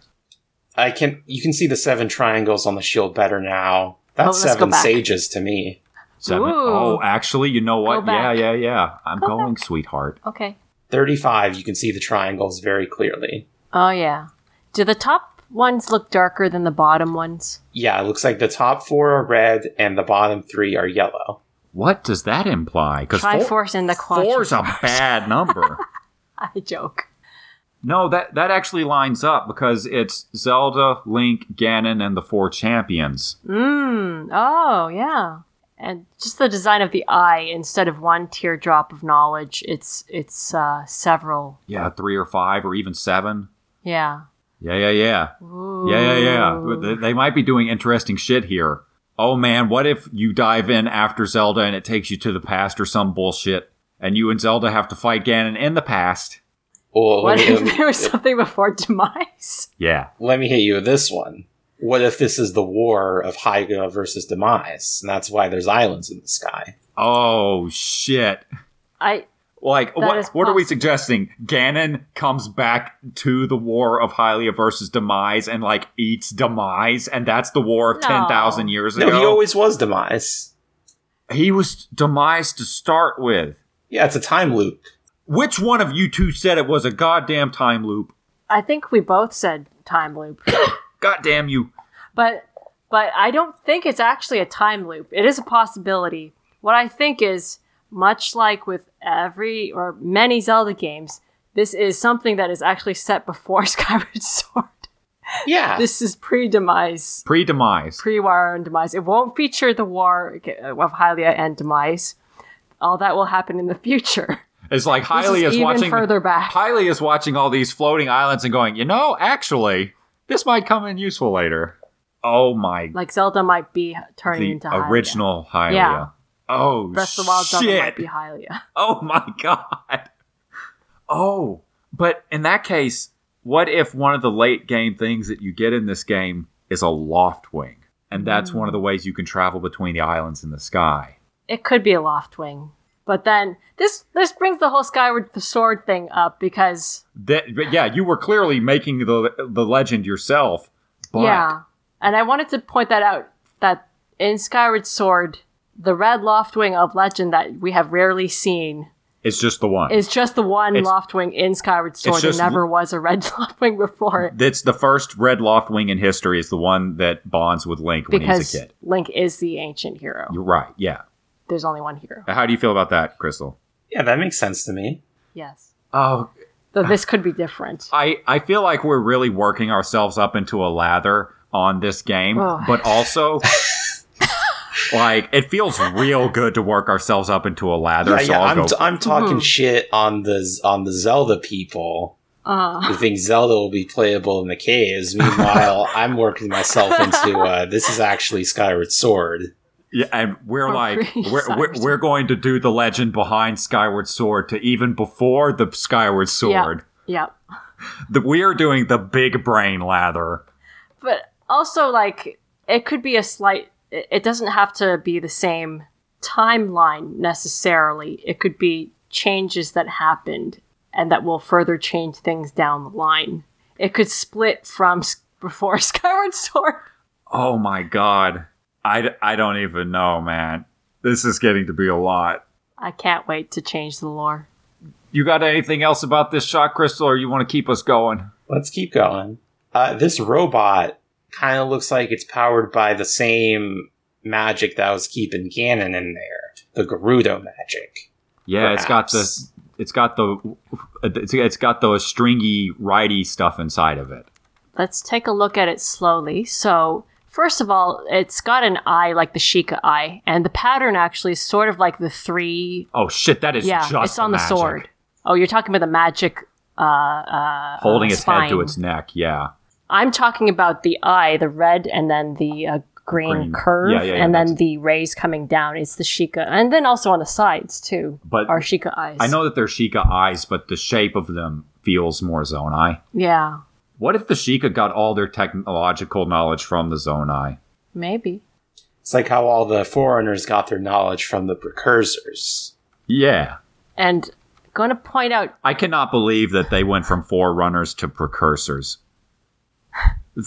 S1: I can you can see the seven triangles on the shield better now. That's
S2: Oh, let's go
S1: seven
S2: back.
S1: sages to me.
S3: Seven.
S2: Ooh.
S3: Oh, actually, you know
S2: Go
S3: what?
S2: back.
S3: Yeah, yeah, yeah. I'm
S2: Go
S3: going, sweetheart.
S2: Okay.
S1: Thirty-five, you can see the triangles very clearly.
S2: Oh yeah. Do the top Ones look darker than the bottom ones.
S1: Yeah, it looks like the top four are red and the bottom three are yellow.
S3: What does that imply? Because
S2: Triforce and the
S3: four's a
S2: Quadriforce.
S3: bad number.
S2: [LAUGHS] I joke.
S3: no, that that actually lines up because it's Zelda, Link, Ganon, and the four champions.
S2: Mm, oh, yeah. And just the design of the eye, instead of one teardrop of knowledge, it's it's uh, several.
S3: Yeah, three or five or even seven.
S2: Yeah.
S3: Yeah, yeah, yeah.
S2: Ooh.
S3: Yeah, yeah, yeah. But they- They might be doing interesting shit here. Oh man, what if you dive in after Zelda and it takes you to the past or some bullshit, and you and Zelda have to fight Ganon in the past?
S1: Well,
S2: What
S1: Oh, let me, [LAUGHS]
S2: if there was something before demise?
S3: Yeah.
S1: let me hit you with this one. What if this is the war of Haiga versus Demise, and that's why there's islands in the sky?
S3: Oh shit.
S2: I
S3: Like
S2: That is
S3: what? What are we
S2: possible.
S3: suggesting? Ganon comes back to the War of Hylia versus Demise and like eats Demise, and that's the War of
S2: No.
S3: ten thousand years
S1: No,
S3: ago.
S1: he always was Demise.
S3: he was Demise to start with.
S1: Yeah, it's a time loop.
S3: Which one of you two said it was a goddamn time loop?
S2: I think we both said time loop,
S3: Goddamn you!
S2: but but I don't think it's actually a time loop. It is a possibility. What I think is much like with every or many Zelda games, this is something that is actually set before [LAUGHS] Skyward Sword.
S1: Yeah.
S2: This is pre-demise,
S3: Pre-demise.
S2: pre-war and demise. It won't feature the war of Hylia and demise. All that will happen in the future. [LAUGHS]
S3: It's like
S2: This
S3: Hylia is,
S2: even
S3: watching
S2: further back.
S3: Hylia is watching all these floating islands and going, you know, actually, this might come in useful later. Oh my
S2: like Zelda might be turning
S3: the
S2: into Hylia.
S3: original Hylia.
S2: Yeah.
S3: Oh
S2: Breath of the Wild Zelda might
S3: shit.
S2: be Hylia.
S3: Oh my god. Oh, but in that case, what if one of the late game things that you get in this game is a loft wing? And that's one of
S2: Mm.
S3: the ways you can travel between the islands in the sky.
S2: It could be a Loftwing, but then this this brings the whole Skyward Sword thing up because
S3: That, but yeah, you were clearly making the the legend yourself. But
S2: yeah, and I wanted to point that out that in Skyward Sword, the red Loftwing of legend that we have rarely seen
S3: it's just the one.
S2: is just the one
S3: It's-
S2: Loftwing in Skyward Sword. There
S3: just l-
S2: never was a red [LAUGHS] Loftwing before it
S3: That's the first Red Loft wing in history is the one that bonds with Link when he's
S2: because
S3: a kid.
S2: Link is the ancient hero.
S3: You're right. Yeah.
S2: There's only one hero.
S3: How do you feel about that, Crystal?
S1: yeah, that makes sense to me.
S2: Yes,
S3: Oh,
S2: though this could be
S3: [LAUGHS]
S2: different.
S3: I I feel like we're really working ourselves up into a lather on this game,
S2: Oh.
S3: but
S2: [LAUGHS]
S3: also like it feels real good to work ourselves up into a lather.
S1: Yeah,
S3: so
S1: yeah,
S3: I'll
S1: I'm,
S3: go.
S1: t- I'm talking
S2: Mhm.
S1: shit on the Z- on the Zelda people
S2: Uh,
S1: who think Zelda will be playable in the caves. Meanwhile, I'm working myself into uh, this is actually Skyward Sword.
S3: yeah, and we're
S2: Or [LAUGHS]
S3: like
S2: Priest,
S3: we're, we're
S2: sorry.
S3: we're going to do the legend behind Skyward Sword to even before the Skyward Sword.
S2: yeah.
S3: The, we are doing the big brain lather.
S2: but also like it could be a slight it it doesn't have to be the same timeline necessarily it could be changes that happened and that will further change things down the line it could split from S- before [LAUGHS] skyward sword
S3: Oh my god. I, d- I don't even know, man. This is getting to be a lot.
S2: i can't wait to change the lore
S3: You got anything else about this shot, Crystal, or you want to keep us going?
S1: Let's keep going. Uh, this robot kind of looks like it's powered by the same magic that was keeping Ganon in there, the Gerudo magic.
S3: Yeah, it's got the
S1: Perhaps.
S3: it's got the it's, it's got the stringy righty stuff inside of it.
S2: let's take a look at it slowly. So, first of all, it's got an eye like the Sheikah eye, and the pattern actually is sort of like the three.
S3: Oh shit, that is
S2: yeah,
S3: just
S2: it's on the,
S3: magic.
S2: sword. Oh, you're talking about the magic. Uh, uh,
S3: holding its head to
S2: spine.
S3: its neck. Yeah,
S2: I'm talking about the eye, the red, and then the uh, green,
S3: Green.
S2: curve,
S3: Yeah, yeah, yeah,
S2: and then
S3: that's-
S2: the rays coming down. It's the Sheikah, and then also on the sides too.
S3: But-
S2: are Sheikah eyes?
S3: I know that they're Sheikah eyes, but the shape of them feels more Zonai.
S2: Yeah,
S3: What if the Sheikah got all their technological knowledge from the Zonai?
S2: maybe.
S1: It's like how all the foreigners got their knowledge from the precursors.
S3: Yeah,
S2: And going to point out
S3: I cannot believe that they went from forerunners to precursors.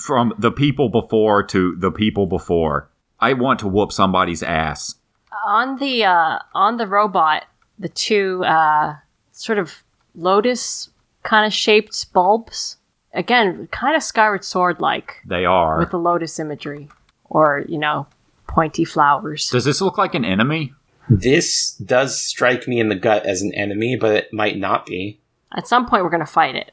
S3: From the people before to the people before. I want to whoop somebody's ass.
S2: on the uh, on the robot, the two uh, sort of lotus kind of shaped bulbs. again kind of Skyward Sword like
S3: They are.
S2: with the lotus imagery or you know pointy flowers.
S3: Does this look like an enemy?
S1: This does strike me in the gut as an enemy, but it might not be.
S2: At some point, we're gonna fight it.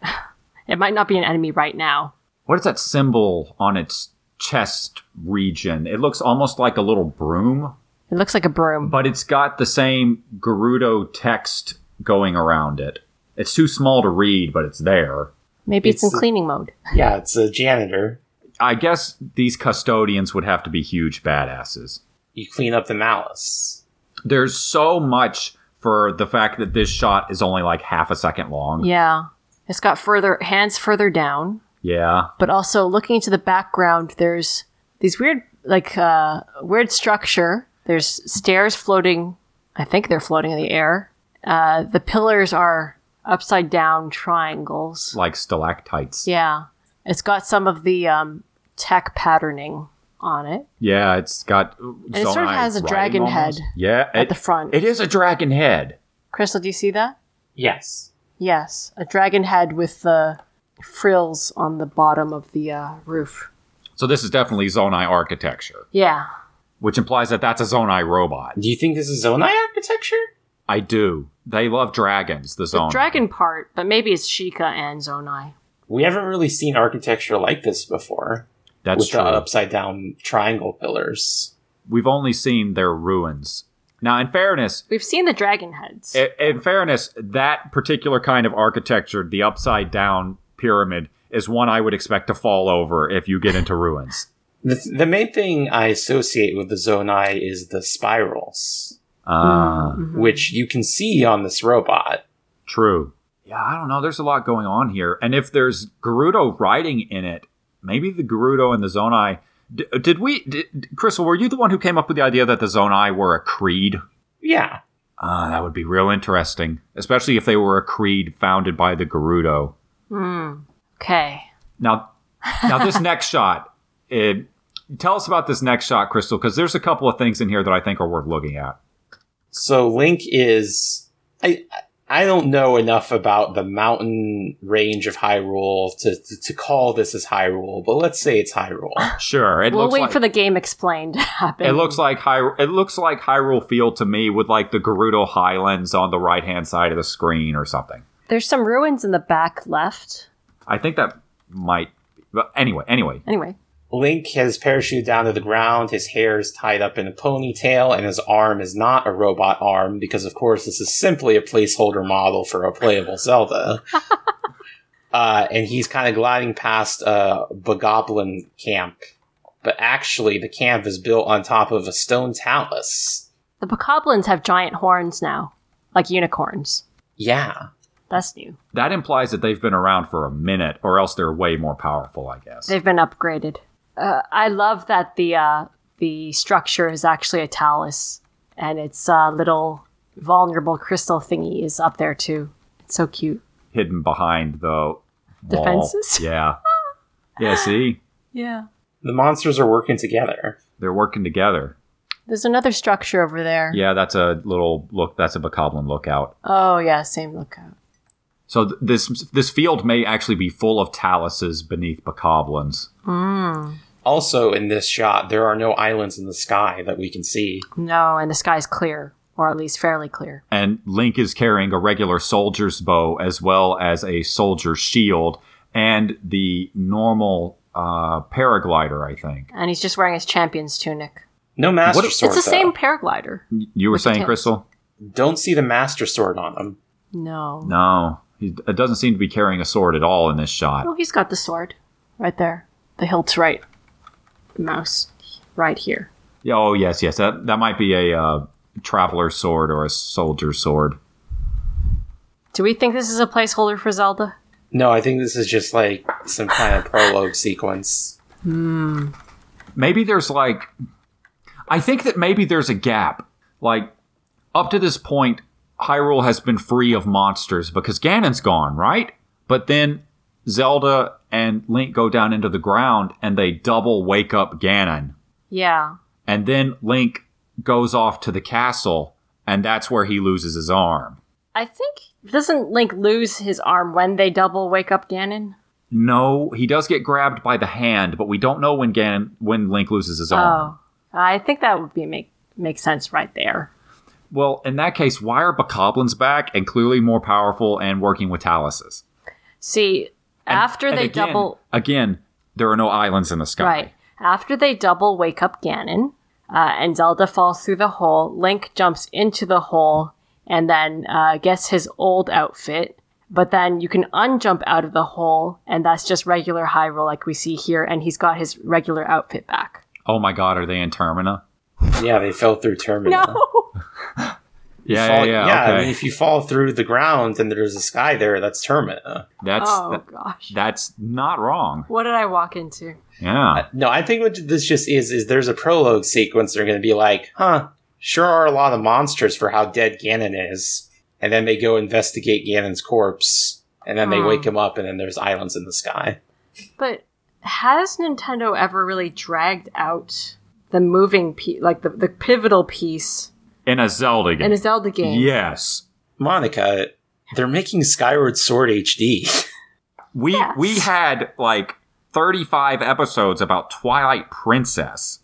S2: It might not be an enemy right now.
S3: What is that symbol on its chest region? It looks almost like a little broom,
S2: It looks like a broom.
S3: but it's got the same Gerudo text going around it. It's too small to read, but it's there.
S2: Maybe it's,
S1: It's-
S2: in cleaning mode.
S1: Yeah, it's a janitor.
S3: I guess these custodians would have to be huge badasses.
S1: You clean up the malice.
S3: There's so much for the fact that this shot is only like half a second long.
S2: Yeah. It's got further hands further down,
S3: Yeah.
S2: but also looking into the background, there's these weird like uh weird structure. There's stairs floating. I think they're floating in the air. Uh the pillars are upside down triangles.
S3: Like stalactites.
S2: Yeah. It's got some of the um tech patterning on it.
S3: Yeah, it's got. And
S2: it sort of has a dragon head
S3: Yeah,
S2: at the front.
S3: It is a dragon head.
S2: Crystal, do you see that?
S1: Yes.
S2: Yes, a dragon head with the frills on the bottom of the uh, roof.
S3: So this is definitely Zonai architecture,
S2: Yeah.
S3: which implies that that's a Zonai robot.
S1: Do you think this is Zonai architecture?
S3: I do. They love dragons. The Zonai.
S2: Dragon part, but maybe it's Sheikah and Zonai.
S1: We haven't really seen architecture like this before
S3: That's
S1: with uh,
S3: true.
S1: the upside down triangle pillars.
S3: We've only seen their ruins. Now, in fairness,
S2: We've seen the dragon heads.
S3: i- in fairness, that particular kind of architecture, the upside down pyramid, is one I would expect to fall over if you get into ruins.
S1: The, the main thing I associate with the Zonai is the spirals,
S3: Ah,
S1: which you can see on this robot.
S3: True. Yeah, I don't know. There's a lot going on here. And if there's Gerudo riding in it, maybe the Gerudo and the Zonai. D- did we, did, Crystal, were you the one who came up with the idea that the Zonai were a creed?
S1: Yeah.
S3: Ah, that would be real interesting, especially if they were a creed founded by the Gerudo.
S2: Hmm. okay.
S3: Now, now this [LAUGHS] next shot. It, tell us about this next shot, Crystal, because there's a couple of things in here that I think are worth looking at.
S1: So Link is I I don't know enough about the mountain range of Hyrule to to, to call this as Hyrule, but let's say it's Hyrule.
S3: Sure, it
S2: We'll
S3: looks
S2: wait
S3: like
S2: for the game explained [LAUGHS] to happen.
S3: It looks like Hy- it looks like Hyrule Field to me with like the Gerudo Highlands on the right hand side of the screen or something.
S2: There's some ruins in the back left.
S3: I think that might. But anyway, anyway,
S2: Anyway,
S1: Link has parachuted down to the ground, his hair is tied up in a ponytail, and his arm is not a robot arm, because of course this is simply a placeholder model for a playable Zelda. uh, and he's kind of gliding past a Bogoblin camp. But actually, the camp is built on top of a stone talus.
S2: the Bokoblins have giant horns now, like unicorns.
S1: Yeah.
S2: That's new.
S3: that implies that they've been around for a minute, or else they're way more powerful. I guess.
S2: They've been upgraded. Uh, I love that the uh, the structure is actually a talus, and its uh, little vulnerable crystal thingy is up there too. It's so cute.
S3: Hidden behind the wall.
S2: Defenses? [LAUGHS]
S3: Yeah. Yeah. See,
S2: Yeah.
S1: The monsters are working together.
S3: they're working together.
S2: There's another structure over there.
S3: Yeah, that's a little look. That's a Bokoblin lookout.
S2: Oh yeah, same lookout.
S3: So th- this this field may actually be full of taluses beneath Bokoblins.
S2: Mm.
S1: Also, in this shot, there are no islands in the sky that we can see.
S2: No, and the sky's clear, or at least fairly clear.
S3: and Link is carrying a regular soldier's bow as well as a soldier's shield and the normal uh, paraglider. I think
S2: And he's just wearing his champion's tunic.
S1: No master
S3: What- It's
S1: sword.
S2: it's the
S1: though.
S2: same paraglider.
S3: you were
S2: With the
S3: saying,
S2: tips.
S3: Crystal.
S1: Don't see the master sword on them.
S2: No.
S3: No, he it doesn't seem to be carrying a sword at all in this shot.
S2: Oh, he's got the sword right there. The hilt's right. The mouse right here.
S3: Yeah, Oh yes, yes, that that might be a uh, traveler's sword or a soldier's sword.
S2: Do we think this is a placeholder for Zelda?
S1: No, I think this is just like some kind of prologue sequence.
S3: maybe there's like I think that maybe there's a gap. Like up to this point, Hyrule has been free of monsters because Ganon's gone, right? But then Zelda and Link go down into the ground and they double wake up Ganon.
S2: Yeah.
S3: And then Link goes off to the castle and that's where he loses his arm.
S2: I think doesn't Link lose his arm when they double wake up Ganon?
S3: No, he does get grabbed by the hand, but we don't know when Gan when Link loses his arm.
S2: Oh, I think that would be make make sense right there.
S3: Well, in that case, why are Bokoblins back and clearly more powerful and working with Taluses?
S2: See,
S3: And-
S2: after
S3: and
S2: they
S3: again-
S2: double
S3: again, there are no islands in the sky.
S2: right after they double wake up Ganon, uh, and Zelda falls through the hole. Link jumps into the hole and then uh, gets his old outfit. But then you can unjump out of the hole, and that's just regular Hyrule like we see here, and he's got his regular outfit back.
S3: Oh my God, are they in Termina?
S1: Yeah, they fell through [LAUGHS] Termina.
S2: No.
S3: Yeah,
S1: Fall-
S3: yeah, yeah. okay.
S1: I mean, if you fall through the ground and there's a sky there, that's Termina.
S3: that's
S2: oh
S3: that-
S2: gosh.
S3: that's not wrong.
S2: What did I walk into?
S3: Yeah.
S1: No, I think what this just is is there's a prologue sequence. They're going to be like, "Huh, sure are a lot of monsters for how dead Ganon is," and then they go investigate Ganon's corpse, and then they
S2: Hmm.
S1: wake him up, and then there's islands in the sky.
S2: But has Nintendo ever really dragged out the moving piece, like the, the pivotal piece
S3: In a Zelda game.
S2: in a Zelda game?
S3: Yes.
S1: Monica, they're making Skyward Sword HD.
S3: We
S2: Yes.
S3: we had like 35 episodes about Twilight Princess.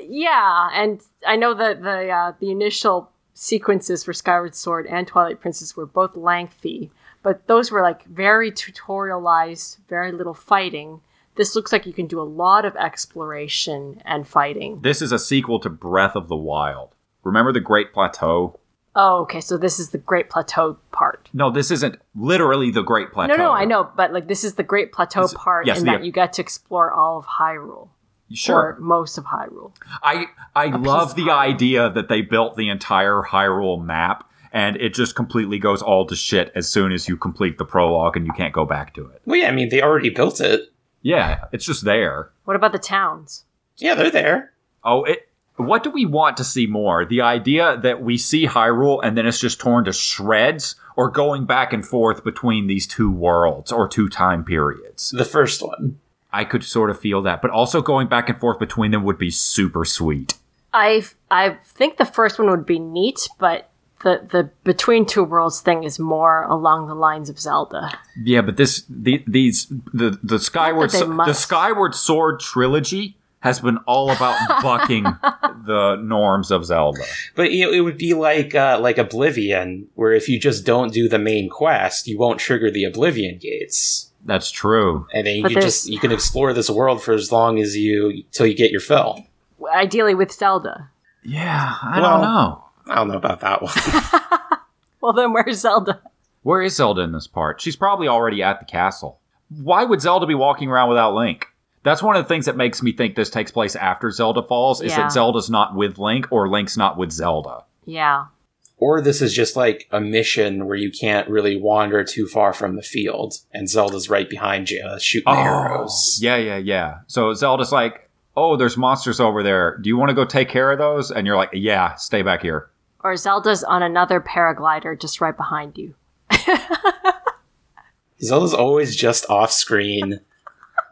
S2: Yeah, and I know that the uh, the initial sequences for Skyward Sword and Twilight Princess were both lengthy, but those were like very tutorialized, very little fighting. This looks like you can do a lot of exploration and fighting.
S3: This is a sequel to Breath of the Wild. Remember the Great Plateau?
S2: Oh, okay, so this is the Great Plateau part.
S3: No, this isn't literally the Great Plateau.
S2: No, no, I know, but like this is the Great Plateau
S3: This-
S2: part,
S3: yes,
S2: in
S3: the-
S2: that you get to explore all of Hyrule
S3: Sure.
S2: or most of Hyrule.
S3: I I love
S2: of
S3: the
S2: Hyrule.
S3: idea that they built the entire Hyrule map and it just completely goes all to shit as soon as you complete the prologue and you can't go back to it.
S1: [LAUGHS] well, yeah, I mean, they already built it.
S3: Yeah, it's just there.
S2: What about the towns?
S1: Yeah, they're there.
S3: Oh, it what do we want to see more? The idea that we see Hyrule and then it's just torn to shreds or going back and forth between these two worlds or two time periods.
S1: The first one.
S3: I could sort of feel that, but also going back and forth between them would be super sweet.
S2: I I think the first one would be neat, but the the between two worlds thing is more along the lines of Zelda.
S3: Yeah, but this the, these the the Skyward
S2: they
S3: S- the
S2: must.
S3: Skyward Sword trilogy has been
S2: [LAUGHS]
S3: all about bucking the norms of Zelda.
S1: But you know, it would be like uh, like Oblivion, where if you just don't do the main quest, you won't trigger the Oblivion gates,
S3: That's true.
S1: and then you
S2: But
S1: can just
S2: there's-
S1: you can explore this world for as long as you till you get your fill.
S2: Ideally with Zelda. [LAUGHS]
S3: Yeah, I
S1: Well-
S3: don't know.
S1: I don't know about that one. [LAUGHS]
S2: Well, then where's Zelda?
S3: Where is Zelda in this part? She's probably already at the castle. Why would Zelda be walking around without Link? That's one of the things that makes me think this takes place after Zelda falls is
S2: Yeah.
S3: that Zelda's not with Link or Link's not with Zelda.
S2: Yeah.
S1: or this is just like a mission where you can't really wander too far from the field, and Zelda's right behind you, uh, shooting the arrows.
S3: Oh, Yeah, yeah, yeah. So Zelda's like, "Oh, there's monsters over there. Do you want to go take care of those?" And you're like, "Yeah, stay back here."
S2: Or Zelda's on another paraglider just right behind you.
S1: Zelda's always just off screen,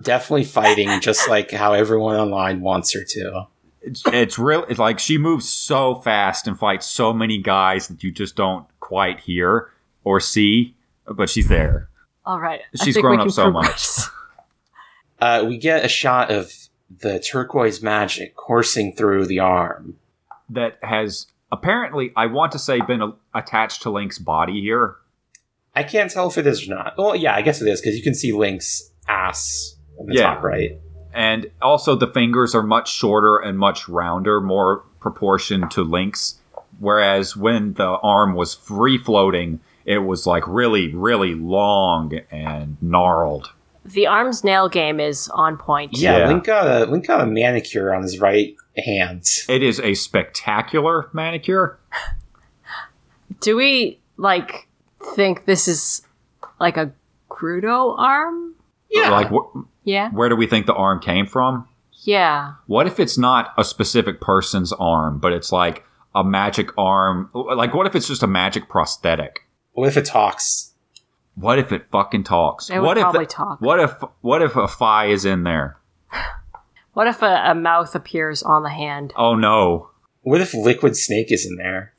S1: definitely fighting, just like how everyone online wants her to.
S3: It's, it's real. It's like she moves so fast and fights so many guys that you just don't quite hear or see, but she's there.
S2: All right. I
S3: She's
S2: think
S3: grown
S2: we
S3: up
S2: can
S3: so much.
S2: progress.
S1: Uh, we get a shot of the turquoise magic coursing through the arm.
S3: that has apparently, I want to say, been a- attached to Link's body here.
S1: I can't tell if it is or not. Well, yeah, I guess it is because you can see Link's ass in the
S3: Yeah.
S1: top right.
S3: And also, the fingers are much shorter and much rounder, more proportioned to Link's. Whereas when the arm was free floating, it was like really, really long and gnarled.
S2: [LAUGHS] The arms nail game is on point.
S1: Yeah,
S3: Yeah.
S1: Link got a Link got a manicure on his right hand.
S3: It is a spectacular manicure.
S2: Do we like think this is like a Grudo arm?
S3: Like, wh-
S2: Yeah.
S3: where do we think the arm came from?
S2: Yeah.
S3: What if it's not a specific person's arm, but it's like a magic arm? Like, what if it's just a magic prosthetic?
S1: What if it talks?
S3: What if it fucking talks?
S2: They would
S3: what if
S2: probably talk.
S3: What if what if a fi is in there?
S2: What if a, a mouth appears on the hand?
S3: Oh no.
S1: What if Liquid Snake is in there?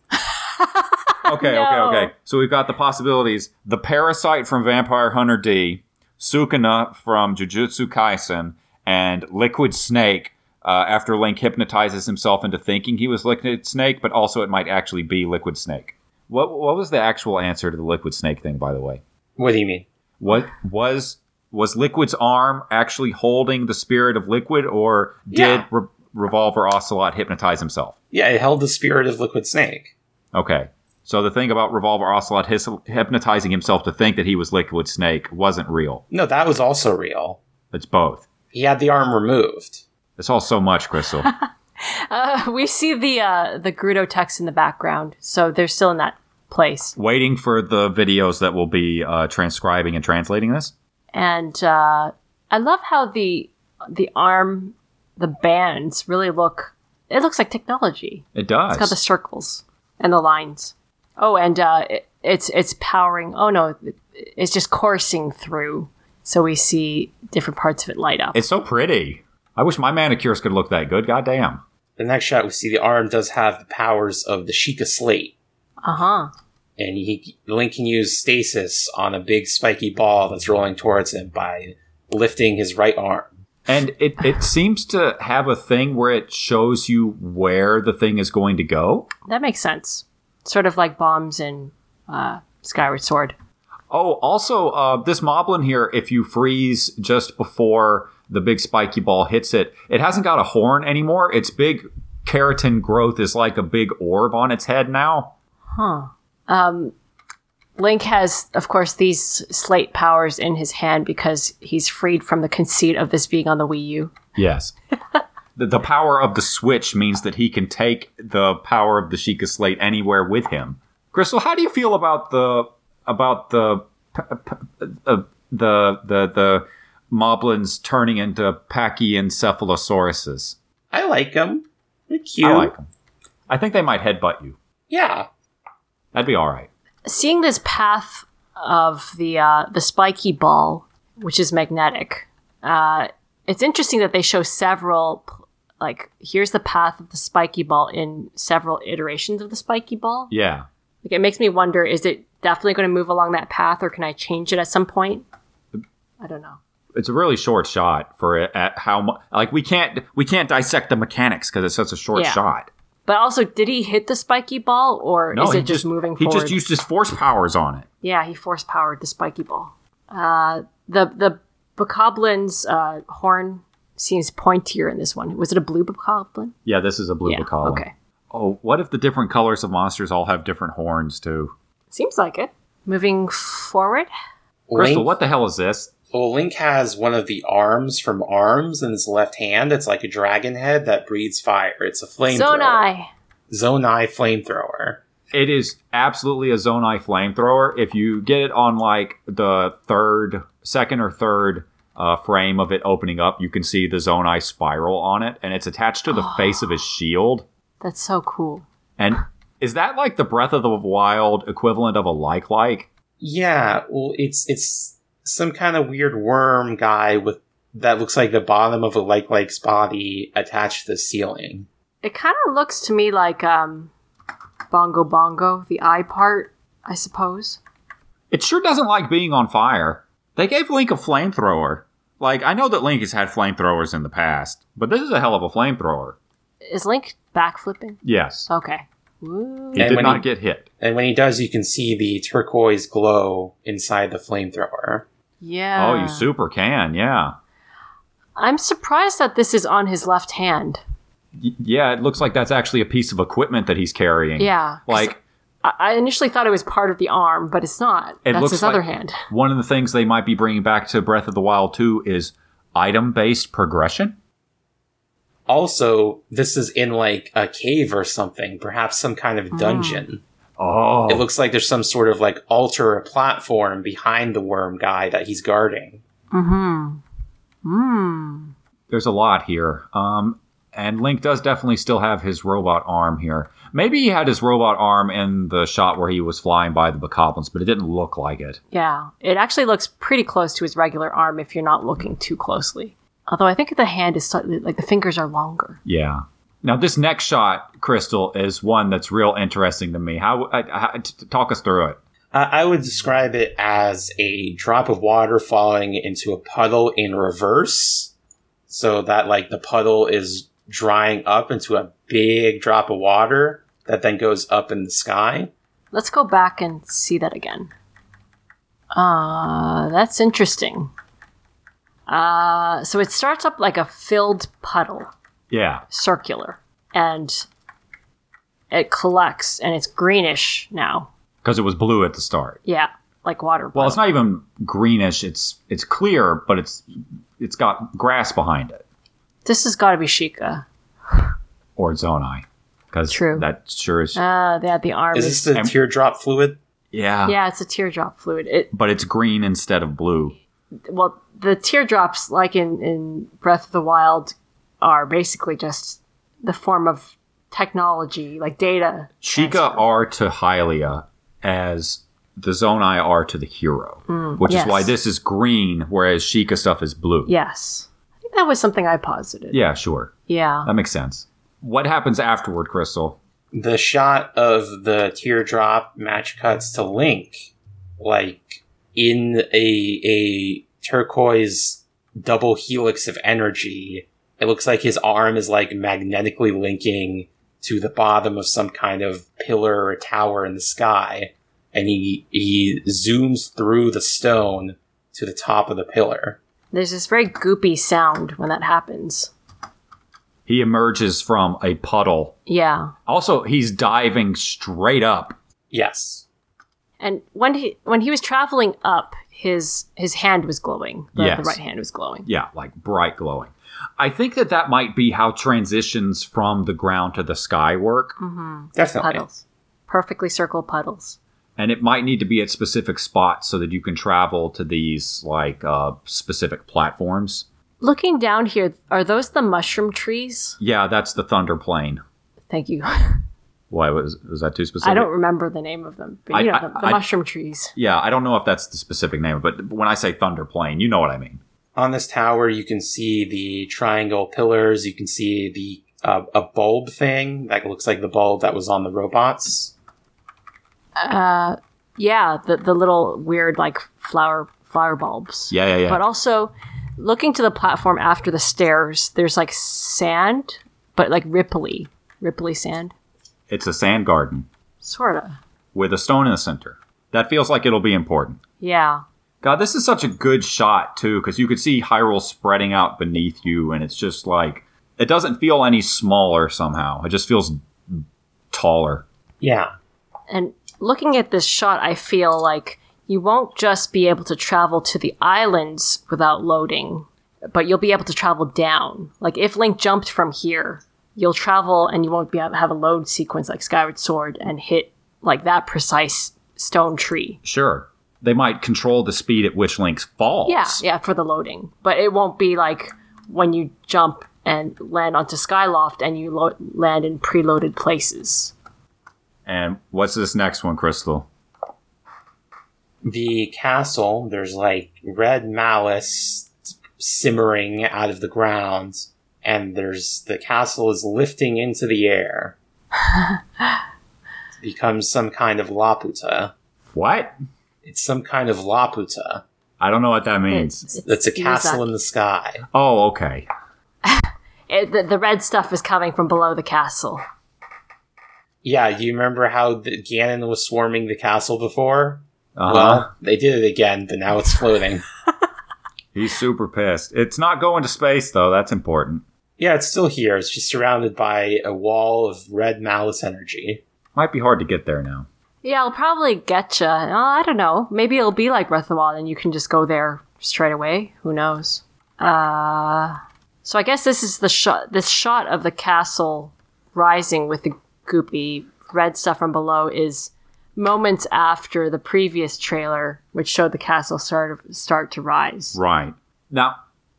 S3: Okay,
S2: No.
S3: okay, okay. So we've got the possibilities: the parasite from Vampire Hunter D, Sukuna from Jujutsu Kaisen, and Liquid Snake. Uh, after Link hypnotizes himself into thinking he was Liquid Snake, but also it might actually be Liquid Snake. What what was the actual answer to the Liquid Snake thing, by the way?
S4: What do you mean?
S3: What was was Liquid's arm actually holding the spirit of Liquid, or did
S1: Yeah.
S3: Re- Revolver Ocelot hypnotize himself?
S1: Yeah, it held the spirit of Liquid Snake.
S3: Okay. So the thing about Revolver Ocelot his- hypnotizing himself to think that he was Liquid Snake wasn't real.
S1: No, that was also real.
S3: It's both.
S1: He had the arm removed.
S3: It's all so much,
S2: [LAUGHS]
S3: Crystal.
S2: Uh, [LAUGHS] we see the uh, the Gruto text in the background, so they're still in that place.
S3: Waiting for the videos that will be uh, transcribing and translating this.
S2: And uh, I love how the the arm, the bands really look. It looks like technology.
S3: It does.
S2: It's got the circles and the lines. Oh, and uh, it, it's it's powering. Oh no, it- it's just coursing through. So we see different parts of it light up.
S3: It's so pretty. I wish my manicures could look that good. Goddamn.
S1: The next shot, we see the arm does have the powers of the Sheikah Slate,
S2: Uh huh.
S1: and he Link can use stasis on a big spiky ball that's rolling towards him by lifting his right arm.
S3: And it, it seems to have a thing where it shows you where the thing is going to go.
S2: That makes sense. Sort of like bombs in uh, Skyward Sword.
S3: Oh, also, uh, this Moblin here, if you freeze just before the big spiky ball hits it, it hasn't got a horn anymore. Its big keratin growth is like a big orb on its head now.
S2: Link has, of course, these slate powers in his hand because he's freed from the conceit of this being on the Wii U.
S3: Yes. [LAUGHS] the, the power of the switch means that he can take the power of the Sheikah Slate anywhere with him. Crystal, how do you feel about the about the p- p- uh, the the the Moblins turning into Pachycephalosauruses?
S1: I like him. They're cute.
S3: I like them. I think they might headbutt you.
S1: Yeah.
S3: That'd be all right.
S2: Seeing this path of the uh, the spiky ball, which is magnetic, uh, it's interesting that they show several. pl- Like, here's the path of the spiky ball in several iterations of the spiky ball.
S3: Yeah.
S2: Like, it makes me wonder: is it definitely going to move along that path, or can I change it at some point? I don't know.
S3: It's a really short shot for it at how much. Like we can't we can't dissect the mechanics because it's such a short
S2: Yeah.
S3: shot.
S2: But also, did he hit the spiky ball, or
S3: No,
S2: is
S3: he
S2: it just, moving
S3: He
S2: forward?
S3: just used his force powers on it.
S2: yeah, he force powered the spiky ball. Uh, the the Bacoblin's uh, horn seems pointier in this one. Was it a blue Bokoblin?
S3: Yeah, this is a blue
S2: Yeah.
S3: Bacalan.
S2: Okay.
S3: Oh, what if the different colors of monsters all have different horns too?
S2: Seems like it. Moving forward.
S3: Crystal,
S1: Link,
S3: what the hell is this?
S1: well, Link has one of the arms from arms in his left hand. It's like a dragon head that breathes fire. It's a flamethrower.
S2: Zonai.
S1: Zonai flamethrower.
S3: It is absolutely a Zonai flamethrower. If you get it on like the third, second or third uh, frame of it opening up, you can see the Zonai spiral on it, and it's attached to the face of his shield.
S2: That's so cool.
S3: And is that like the Breath of the Wild equivalent of a like like?
S1: Yeah, well, it's it's some kind of weird worm guy with that looks like the bottom of a like like's body attached to the ceiling.
S2: It kind of looks to me like um, Bongo Bongo, the eye part, I suppose.
S3: It sure doesn't like being on fire. They gave Link a flamethrower. Like I know that Link has had flamethrowers in the past, but this is a hell of a flamethrower.
S2: Is Link backflipping?
S3: Yes,
S2: Okay. Woo.
S3: he
S1: And
S3: did
S1: when
S3: not
S1: he-
S3: get hit.
S1: And when he does, you can see the turquoise glow inside the flamethrower.
S2: Yeah.
S3: Oh, you super can, yeah.
S2: I'm surprised that this is on his left hand.
S3: Y- yeah, it looks like that's actually a piece of equipment that he's carrying.
S2: Yeah. 'cause
S3: Like
S2: I I initially thought it was part of the arm, but it's not.
S3: It
S2: That's
S3: looks
S2: his
S3: like-
S2: other hand.
S3: one of the things they might be bringing back to Breath of the Wild 2 is item-based progression.
S1: Also, this is in like a cave or something, perhaps some kind of dungeon.
S3: Oh.
S1: It looks like there's some sort of like altar or platform behind the worm guy that he's guarding.
S2: Mm-hmm. Hmm.
S3: There's a lot here. Um and Link does definitely still have his robot arm here. Maybe he had his robot arm in the shot where he was flying by the Bokoblins, but it didn't look like it.
S2: Yeah. It actually looks pretty close to his regular arm if you're not looking too closely. Although I think the hand is slightly like the fingers are longer.
S3: Yeah. Now this next shot, Crystal, is one that's real interesting to me. How, I, I, t- t- talk us through it.
S1: I I would describe it as a drop of water falling into a puddle in reverse. So that like the puddle is drying up into a big drop of water that then goes up in the sky.
S2: Let's go back and see that again. Uh, that's interesting. Uh, so it starts up like a filled puddle,
S3: Yeah.
S2: circular, and it collects and it's greenish now.
S3: Because it was blue at the start.
S2: Yeah, like water.
S3: Well,
S2: puddle.
S3: it's not even greenish. It's it's clear, but it's it's got grass behind it
S2: this has got to be Sheikah.
S3: or Zonai. Because
S2: True.
S3: that sure is.
S2: Uh, they had the arm.
S1: Is
S2: is-
S1: this the
S3: I'm-
S1: teardrop fluid?
S3: yeah.
S2: yeah, it's a teardrop fluid. It
S3: But it's green instead of blue.
S2: well, the teardrops, like in, in Breath of the Wild, are basically just the form of technology, like data.
S3: Sheikah are to Hylia as the Zonai are to the hero, which
S2: yes.
S3: is why this is green, whereas Sheikah stuff is blue.
S2: Yes. I think that was something I posited.
S3: Yeah, Uh. sure.
S2: Yeah.
S3: That makes sense. What happens afterward, Crystal?
S1: The shot of the teardrop match cuts to Link, like in a a turquoise double helix of energy. It looks like his arm is like magnetically linking to the bottom of some kind of pillar or tower in the sky, and he he zooms through the stone to the top of the pillar.
S2: There's this very goopy sound when that happens.
S3: He emerges from a puddle.
S2: Yeah.
S3: Also, he's diving straight up.
S1: Yes.
S2: And when he when he was traveling up, his his hand was glowing. The, the
S3: Yes.
S2: right hand was glowing.
S3: Yeah, like bright glowing. I think that that might be how transitions from the ground to the sky work,
S2: Mm-hmm.
S3: Oh,
S1: Definitely.
S2: Puddles. Perfectly circled puddles.
S3: and it might need to be at specific spots so that you can travel to these like uh, specific platforms.
S2: Looking down here, are those the mushroom trees?
S3: Yeah, that's the thunder plane.
S2: Thank you.
S3: Why was was that too specific?
S2: I don't remember the name of them, but you
S3: I-
S2: know, the,
S3: I-
S2: the
S3: I-
S2: mushroom trees.
S3: Yeah, I don't know if that's the specific name, but when I say thunder plane, you know what I mean.
S1: on this tower you can see the triangle pillars you can see the uh, a bulb thing that looks like the bulb that was on the robots
S2: Uh, yeah, the, the little weird like flower flower bulbs.
S3: Yeah, yeah, yeah.
S2: But also, looking to the platform after the stairs, there's like sand, but like ripply, ripply sand,
S3: it's a sand garden
S2: sorta.
S3: with a stone in the center. That feels like it'll be important.
S2: Yeah,
S3: God, this is such a good shot too, because you could see Hyrule spreading out beneath you, and it's just like it doesn't feel any smaller somehow. It just feels taller.
S1: yeah
S2: and looking at this shot, I feel like you won't just be able to travel to the islands without loading, but you'll be able to travel down. Like if Link jumped from here, you'll travel and you won't be able to have a load sequence like Skyward Sword and hit like that precise stone tree.
S3: Sure, they might control the speed at which Link falls.
S2: Yeah, yeah, for the loading. But it won't be like when you jump and land onto Skyloft and you lo- land in preloaded places.
S3: And what's this next one, Crystal?
S1: the castle there's like red malice simmering out of the ground and there's the castle is lifting into the air becomes some kind of laputa
S3: What?
S1: it's some kind of laputa
S3: I don't know what that means.
S1: Mm. that's a
S2: Miyazaki.
S1: castle in the sky
S3: Oh, okay.
S2: It, the, the red stuff is coming from below the castle.
S1: Yeah, do you remember how the Ganon was swarming the castle before?
S3: Uh-huh.
S1: Well, they did it again, but now it's floating.
S3: He's super pissed. It's not going to space though. That's important.
S1: [LAUGHS] yeah, it's still here. It's just surrounded by a wall of red malice energy.
S3: Might be hard to get there now.
S2: Yeah, it'll probably get you. I don't know. Maybe it'll be like Breath of the Wild and you can just go there straight away. Who knows? Uh, so I guess this is the shot. This shot of the castle rising with the goopy red stuff from below is moments after the previous trailer, which showed the castle start start to rise.
S3: Right. Now,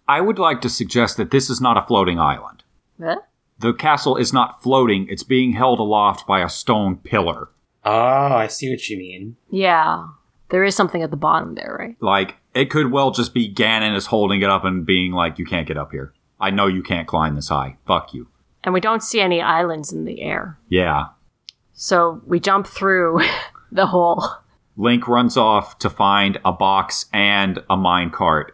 S3: I would like to suggest that this is not a floating island.
S2: Huh?
S3: The castle is not floating, it's being held aloft by a stone pillar.
S1: Oh, I see what you mean.
S2: Yeah, there is something at the bottom there, right?
S3: Like, it could well just be Ganon is holding it up and being like, you can't get up here. I know you can't climb this high. Fuck you.
S2: And we don't see any islands in the air,
S3: Yeah.
S2: so we jump through [LAUGHS] the hole.
S3: Link runs off to find a box and a minecart.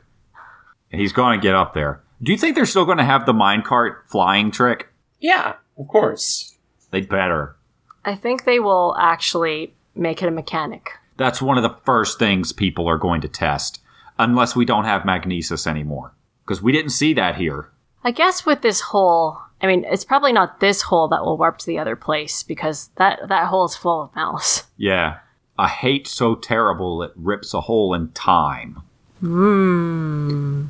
S3: He's going to get up there. Do you think they're still going to have the minecart flying trick?
S1: Yeah, of course.
S3: They better.
S2: I think they will actually make it a mechanic.
S3: That's one of the first things people are going to test, unless we don't have magnesis anymore, because we didn't see that here.
S2: I guess with this hole, I mean, it's probably not this hole that will warp to the other place because that that hole is full of malice.
S3: Yeah, a hate so terrible it rips a hole in time.
S2: Mmm.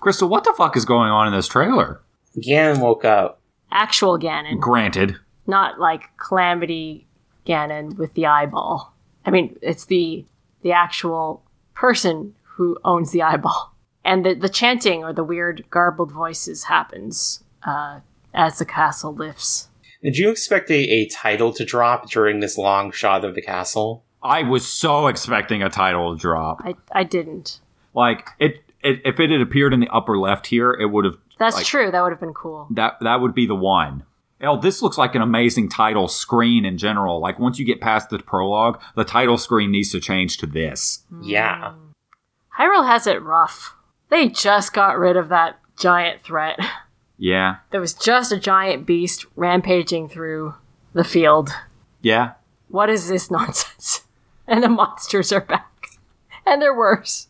S3: Crystal, what the fuck is going on in this trailer?
S1: Ganon woke up.
S2: Actual Ganon,
S3: Granted,
S2: not like Calamity Ganon with the eyeball. I mean, it's the the actual person who owns the eyeball, and the the chanting or the weird garbled voices happens uh, as the castle lifts.
S1: Did you expect a, a title to drop during this long shot of the castle?
S3: I was so expecting a title drop.
S2: I I didn't.
S3: Like it, it if it had appeared in the upper left here, it would have
S2: That's
S3: Like-
S2: true. That would have been cool.
S3: that that would be the one. Hell, this looks like an amazing title screen in general. Like once you get past the prologue, the title screen needs to change to this.
S1: Yeah.
S2: Hyrule has it rough. They just got rid of that giant threat.
S3: Yeah.
S2: There was just a giant beast rampaging through the field.
S3: Yeah.
S2: What is this [LAUGHS] nonsense? And the monsters are back. And they're worse.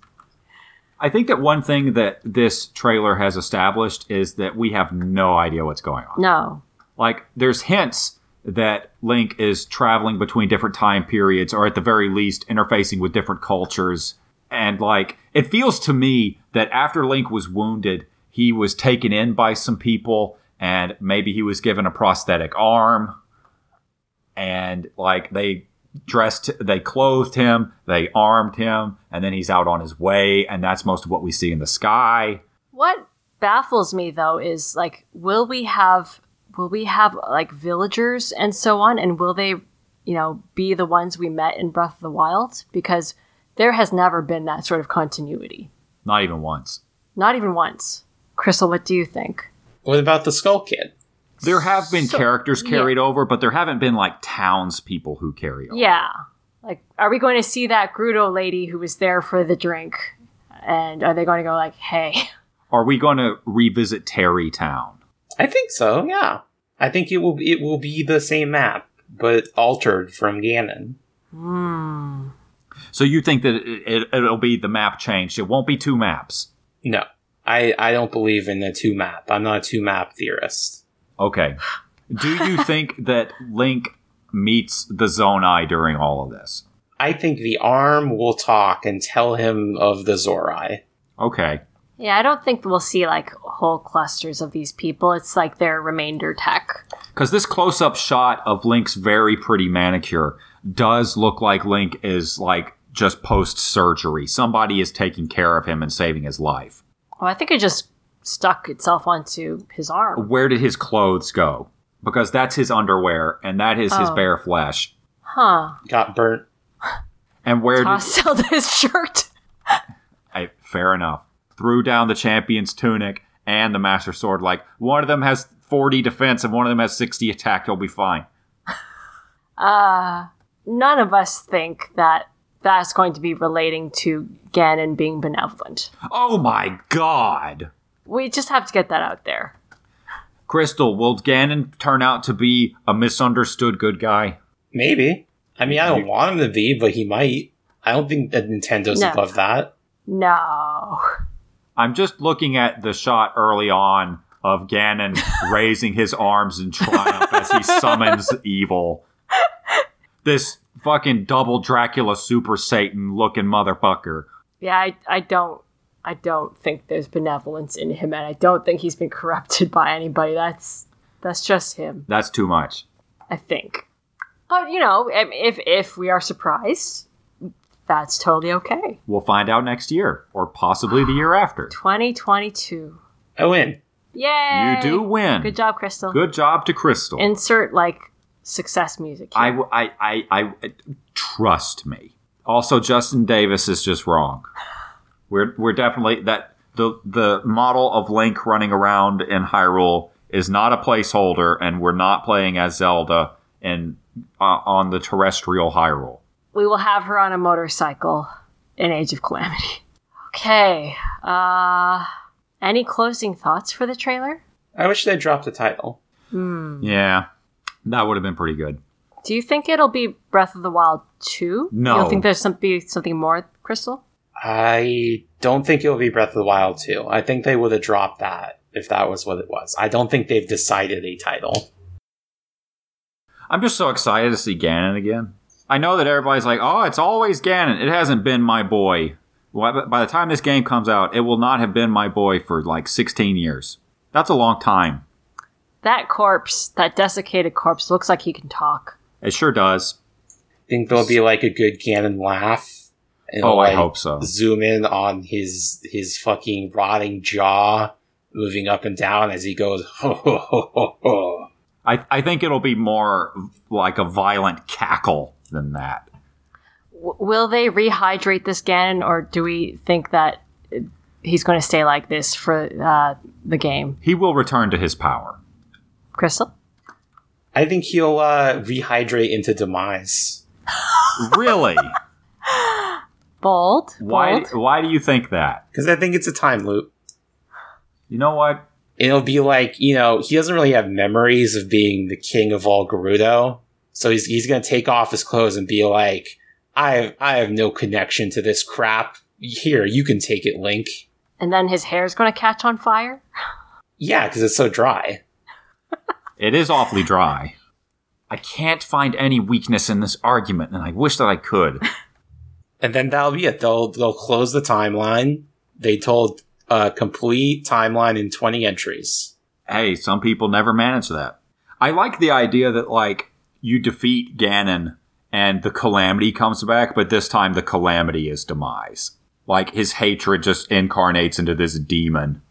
S3: I think that one thing that this trailer has established is that we have no idea what's going on.
S2: No.
S3: Like there's hints that Link is traveling between different time periods or at the very least interfacing with different cultures and like it feels to me that after Link was wounded, he was taken in by some people and maybe he was given a prosthetic arm and like they dressed they clothed him, they armed him and then he's out on his way and that's most of what we see in the sky.
S2: What baffles me though is like will we have will we have like villagers and so on and will they, you know, be the ones we met in Breath of the Wild because there has never been that sort of continuity.
S3: Not even once.
S2: Not even once. Crystal, what do you think?
S1: What about the Skull Kid?
S3: There have been
S2: So-
S3: characters
S2: yeah.
S3: carried over, but there haven't been like townspeople who carry over.
S2: Yeah. Like, are we going to see that Grudo lady who was there for the drink? And are they going to go like, hey, [LAUGHS]
S3: Are we going to revisit Terrytown?
S1: I think so. Yeah, I think it will. It will be the same map, but altered from Ganon.
S3: So you think that it, it, will be the map changed? It won't be two maps.
S1: No, I I don't believe in the two map. I'm not a two map theorist.
S3: Okay. Do
S2: [LAUGHS]
S3: you think that Link meets the Zonai during all of this?
S1: I think the arm will talk and tell him of the Zorai.
S3: Okay.
S2: yeah, I don't think we'll see like whole clusters of these people. It's like their remainder tech.
S3: Because this close up shot of Link's very pretty manicure does look like Link is like just post surgery. Somebody is taking care of him and saving his life.
S2: Oh, I think it just stuck itself onto his arm.
S3: where did his clothes go? Because that's his underwear and that is his
S2: Oh.
S3: bare flesh.
S2: Huh.
S1: Got burnt.
S3: And where did
S2: Tossed [LAUGHS] out his shirt.
S3: I, fair enough. Threw down the champion's tunic and the master sword like one of them has 40 defense and one of them has 60 attack, you'll be fine.
S2: Uh, none of us think that that's going to be relating to Ganon being benevolent.
S3: Oh my god.
S2: We just have to get that out there.
S3: Crystal, will Ganon turn out to be a misunderstood good guy?
S1: Maybe. I mean, I don't want him to be, but he might. I don't think that Nintendo's
S2: No.
S1: above that.
S2: No.
S3: I'm just looking at the shot early on of
S2: [LAUGHS]
S3: Ganon raising his arms in triumph as he summons evil. This fucking double Dracula super Satan looking motherfucker.
S2: Yeah, I, I don't I don't think there's benevolence in him and I don't think he's been corrupted by anybody. That's that's just him,
S3: That's too much.
S2: I think. But you know, I- if if we are surprised, that's totally okay.
S3: We'll find out next year, or possibly the year after.
S2: 2022.
S1: Owen,
S2: Yay!
S3: You do win.
S2: Good job, Crystal.
S3: Good job to Crystal.
S2: Insert like success music.
S3: I,
S2: Here.
S3: w- I, I, I, trust me. Also, Justin Davis is just wrong. We're, we're definitely that the the model of Link running around in Hyrule is not a placeholder, and we're not playing as Zelda in uh, on the terrestrial Hyrule.
S2: We will have her on a motorcycle in Age of Calamity. Okay. Uh, any closing thoughts for the trailer?
S1: I wish they dropped the title.
S3: Yeah, that would have been pretty good.
S2: Do you think it'll be Breath of the Wild 2?
S3: No.
S2: You don't think there's some, be something more, Crystal?
S1: I don't think it'll be Breath of the Wild 2. I think they would have dropped that if that was what it was. I don't think they've decided a title.
S3: I'm just so excited to see Ganon again. I know that everybody's like, "Oh, it's always Ganon." It hasn't been my boy. Why- By the time this game comes out, it will not have been my boy for like 16 years. That's a long time.
S2: That corpse, that desiccated corpse, looks like he can talk.
S3: It sure does.
S1: I think there'll be like a good Ganon laugh. And
S3: Oh, I
S1: like,
S3: hope so.
S1: Zoom in on his his fucking rotting jaw moving up and down as he goes ho ho ho ho ho.
S3: I, I think it'll be more like a violent cackle than that.
S2: W- will they rehydrate this Ganon, or do we think that uh, he's going to stay like this for uh, the game?
S3: He will return to his power.
S2: Crystal?
S1: I think he'll uh, rehydrate into demise.
S3: Really?
S2: Bold?
S3: why
S2: Bold?
S3: why do you think that?
S1: Because I think it's a time loop.
S3: You know what?
S1: It'll be like, you know, he doesn't really have memories of being the king of all Gerudo. So he's he's gonna take off his clothes and be like, I have I have no connection to this crap. Here, you can take it, Link.
S2: And then his hair's going to catch on fire?
S1: Yeah, because it's so dry.
S3: It is awfully dry. I can't find any weakness in this argument, and I wish that I could.
S1: and then that'll be it. They'll they'll close the timeline. They told a complete timeline in twenty entries.
S3: hey, some people never manage that. I like the idea that like you defeat Ganon and the calamity comes back, but this time the calamity is demise. Like his hatred just incarnates into this demon.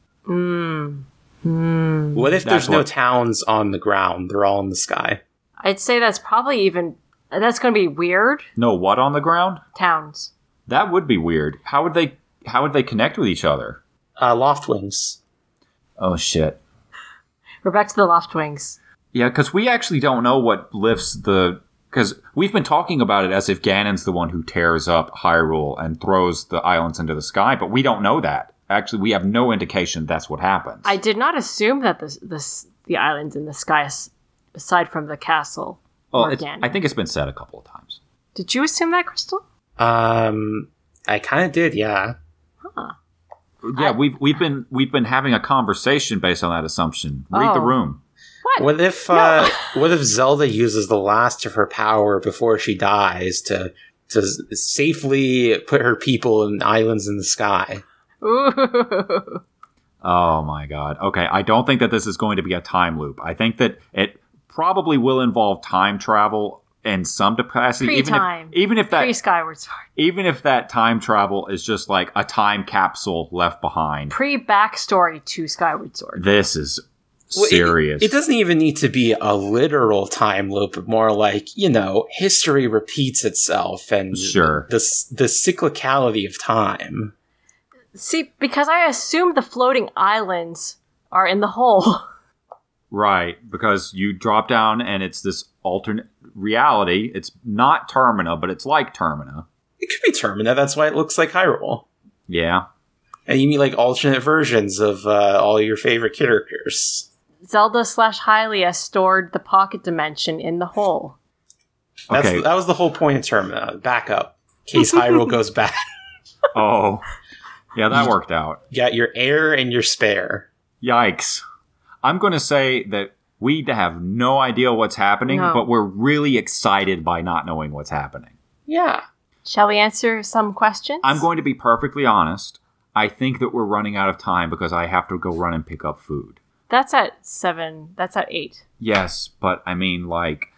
S1: What if
S3: That's
S1: there's no
S3: what-
S1: towns on the ground? They're all in the sky.
S2: I'd say that's probably even. That's going to be weird.
S3: No what on the ground?
S2: Towns.
S3: That would be weird. How would they how would they connect with each other?
S1: Uh, loft wings.
S3: Oh shit.
S2: We're back to the Loft Wings.
S3: Yeah, because we actually don't know what lifts the. Because we've been talking about it as if Ganon's the one who tears up Hyrule and throws the islands into the sky, but we don't know that. Actually, we have no indication that's what happens.
S2: I did not assume that this, this the islands in the sky, s- aside from the castle,
S3: Well,
S2: were
S3: it's-
S2: Ganon.
S3: I think it's been said a couple of times.
S2: Did you assume that, Crystal?
S1: Um, I kind of did, yeah.
S3: Yeah, we've we've been we've been having a conversation based on that assumption. Read
S2: Oh.
S3: the room.
S1: What if uh, what if Zelda uses the last of her power before she dies to to s- safely put her people in islands in the sky?
S2: Ooh.
S3: Oh my god. Okay, I don't think that this is going to be a time loop. I think that it probably will involve time travel in some capacity. Even if,
S2: Pre-time.
S3: even if that
S2: Pre Skyward Sword.
S3: even if that time travel is just like a time capsule left behind,
S2: Pre backstory to Skyward Sword.
S3: this is
S1: Well, it-
S3: serious.
S1: It, doesn't even need to be a literal time loop, but more like, you know, history repeats itself and
S3: Sure.
S1: the, s- the cyclicality of time.
S2: See, because I assume the floating islands are in the hole. [LAUGHS]
S3: right, because you drop down and it's this alternate reality. It's not Termina, but it's like Termina.
S1: It could be Termina, that's why it looks like Hyrule. [LAUGHS]
S3: Yeah.
S1: And you meet like alternate versions of uh, all your favorite characters.
S2: Zelda slash Hylia stored the pocket dimension in the hole.
S1: That's,
S3: Okay.
S1: That was the whole point of Termina. Back up. In
S3: [LAUGHS]
S1: case Hyrule goes back.
S3: Oh. Yeah, that worked out.
S1: You got your air and your spare.
S3: Yikes. I'm going to say that we have no idea what's happening,
S2: No.
S3: but we're really excited by not knowing what's happening.
S1: Yeah.
S2: Shall we answer some questions?
S3: I'm going to be perfectly honest. I think that we're running out of time because I have to go run and pick up food.
S2: That's at seven. That's at eight.
S3: Yes, but I mean, like,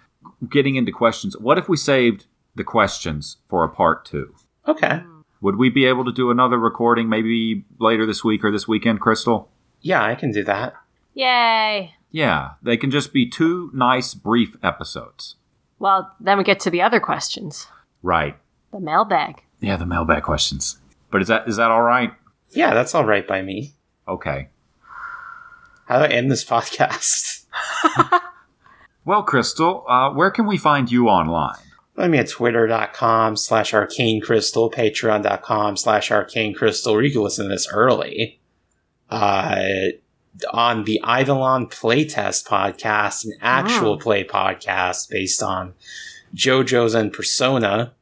S3: getting into questions. What if we saved the questions for a part two?
S1: Okay.
S3: Would we be able to do another recording maybe later this week or this weekend, Crystal?
S1: Yeah, I can do that.
S2: Yay!
S3: Yeah, they can just be two nice, brief episodes.
S2: Well, then we get to the other questions.
S3: Right.
S2: The mailbag.
S3: Yeah, the mailbag questions. But is that is that all right?
S1: Yeah, that's all right by me.
S3: Okay.
S1: How do I end this [LAUGHS] podcast?
S3: Well, Crystal, uh, where can we find you online?
S1: Find me at twitter.com slash arcane crystal, patreon.com slash arcane crystal, where you can listen to this early. Uh, on the Eidolon Playtest podcast, an actual
S2: Oh.
S1: play podcast based on JoJo's and Persona.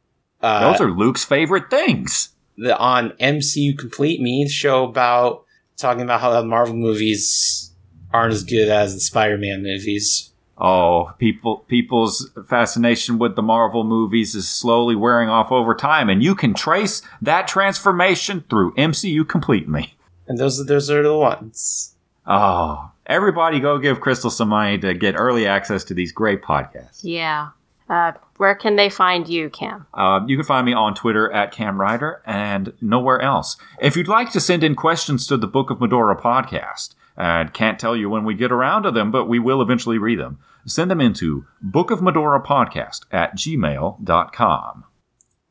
S1: Uh,
S3: Those are Luke's favorite things.
S1: the, on MCU Complete Me, the show about talking about how the Marvel movies aren't as good as the Spider Man movies.
S3: Oh, people people's fascination with the Marvel movies is slowly wearing off over time, and you can trace that transformation through MCU Complete Me.
S1: And those, those are the ones.
S3: Oh, everybody go give Crystal some money to get early access to these great podcasts.
S2: Yeah. Uh, where can they find you, Cam?
S3: Uh, you can find me on Twitter at Cam Ryder and nowhere else. If you'd like to send in questions to the Book of Medora podcast, and can't tell you when we get around to them, but we will eventually read them, send them into Book of Medora podcast at gmail.com.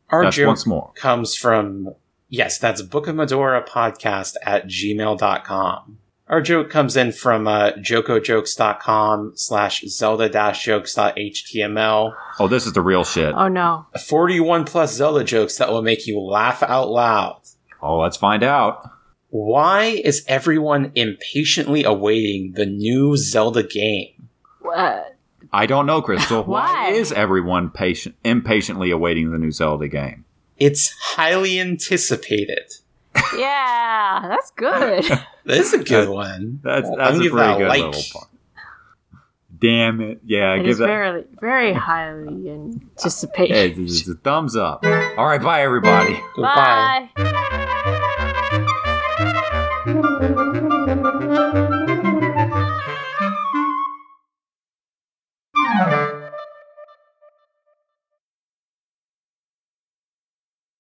S1: Our
S3: That's
S1: joke
S3: once more.
S1: comes from, yes, that's Book of Medora podcast at gmail.com. Our joke comes in from uh, jokojokes.com slash zelda-jokes.html.
S3: Oh, this is the real shit.
S2: Oh, no.
S1: 41 plus Zelda jokes that will make you laugh out loud.
S3: Oh, let's find out.
S1: Why is everyone impatiently awaiting the new Zelda game?
S2: Uh,
S3: I don't know,
S2: [LAUGHS]
S3: Crystal.
S2: Why?
S3: is everyone patient, impatiently awaiting the new Zelda game?
S1: It's highly anticipated.
S2: yeah, that's
S3: [LAUGHS]
S2: good.
S1: This is a good one.
S3: That's
S1: Well,
S3: that's
S1: I'll
S3: a
S1: give
S3: pretty
S1: that a
S3: good
S1: like.
S3: little part. Damn it! Yeah,
S2: it
S3: give
S2: is
S3: that. [LAUGHS]
S2: very, very highly
S3: Hey,
S2: anticipated.
S3: this is a thumbs up. All right, bye everybody.
S1: Goodbye.
S2: Bye.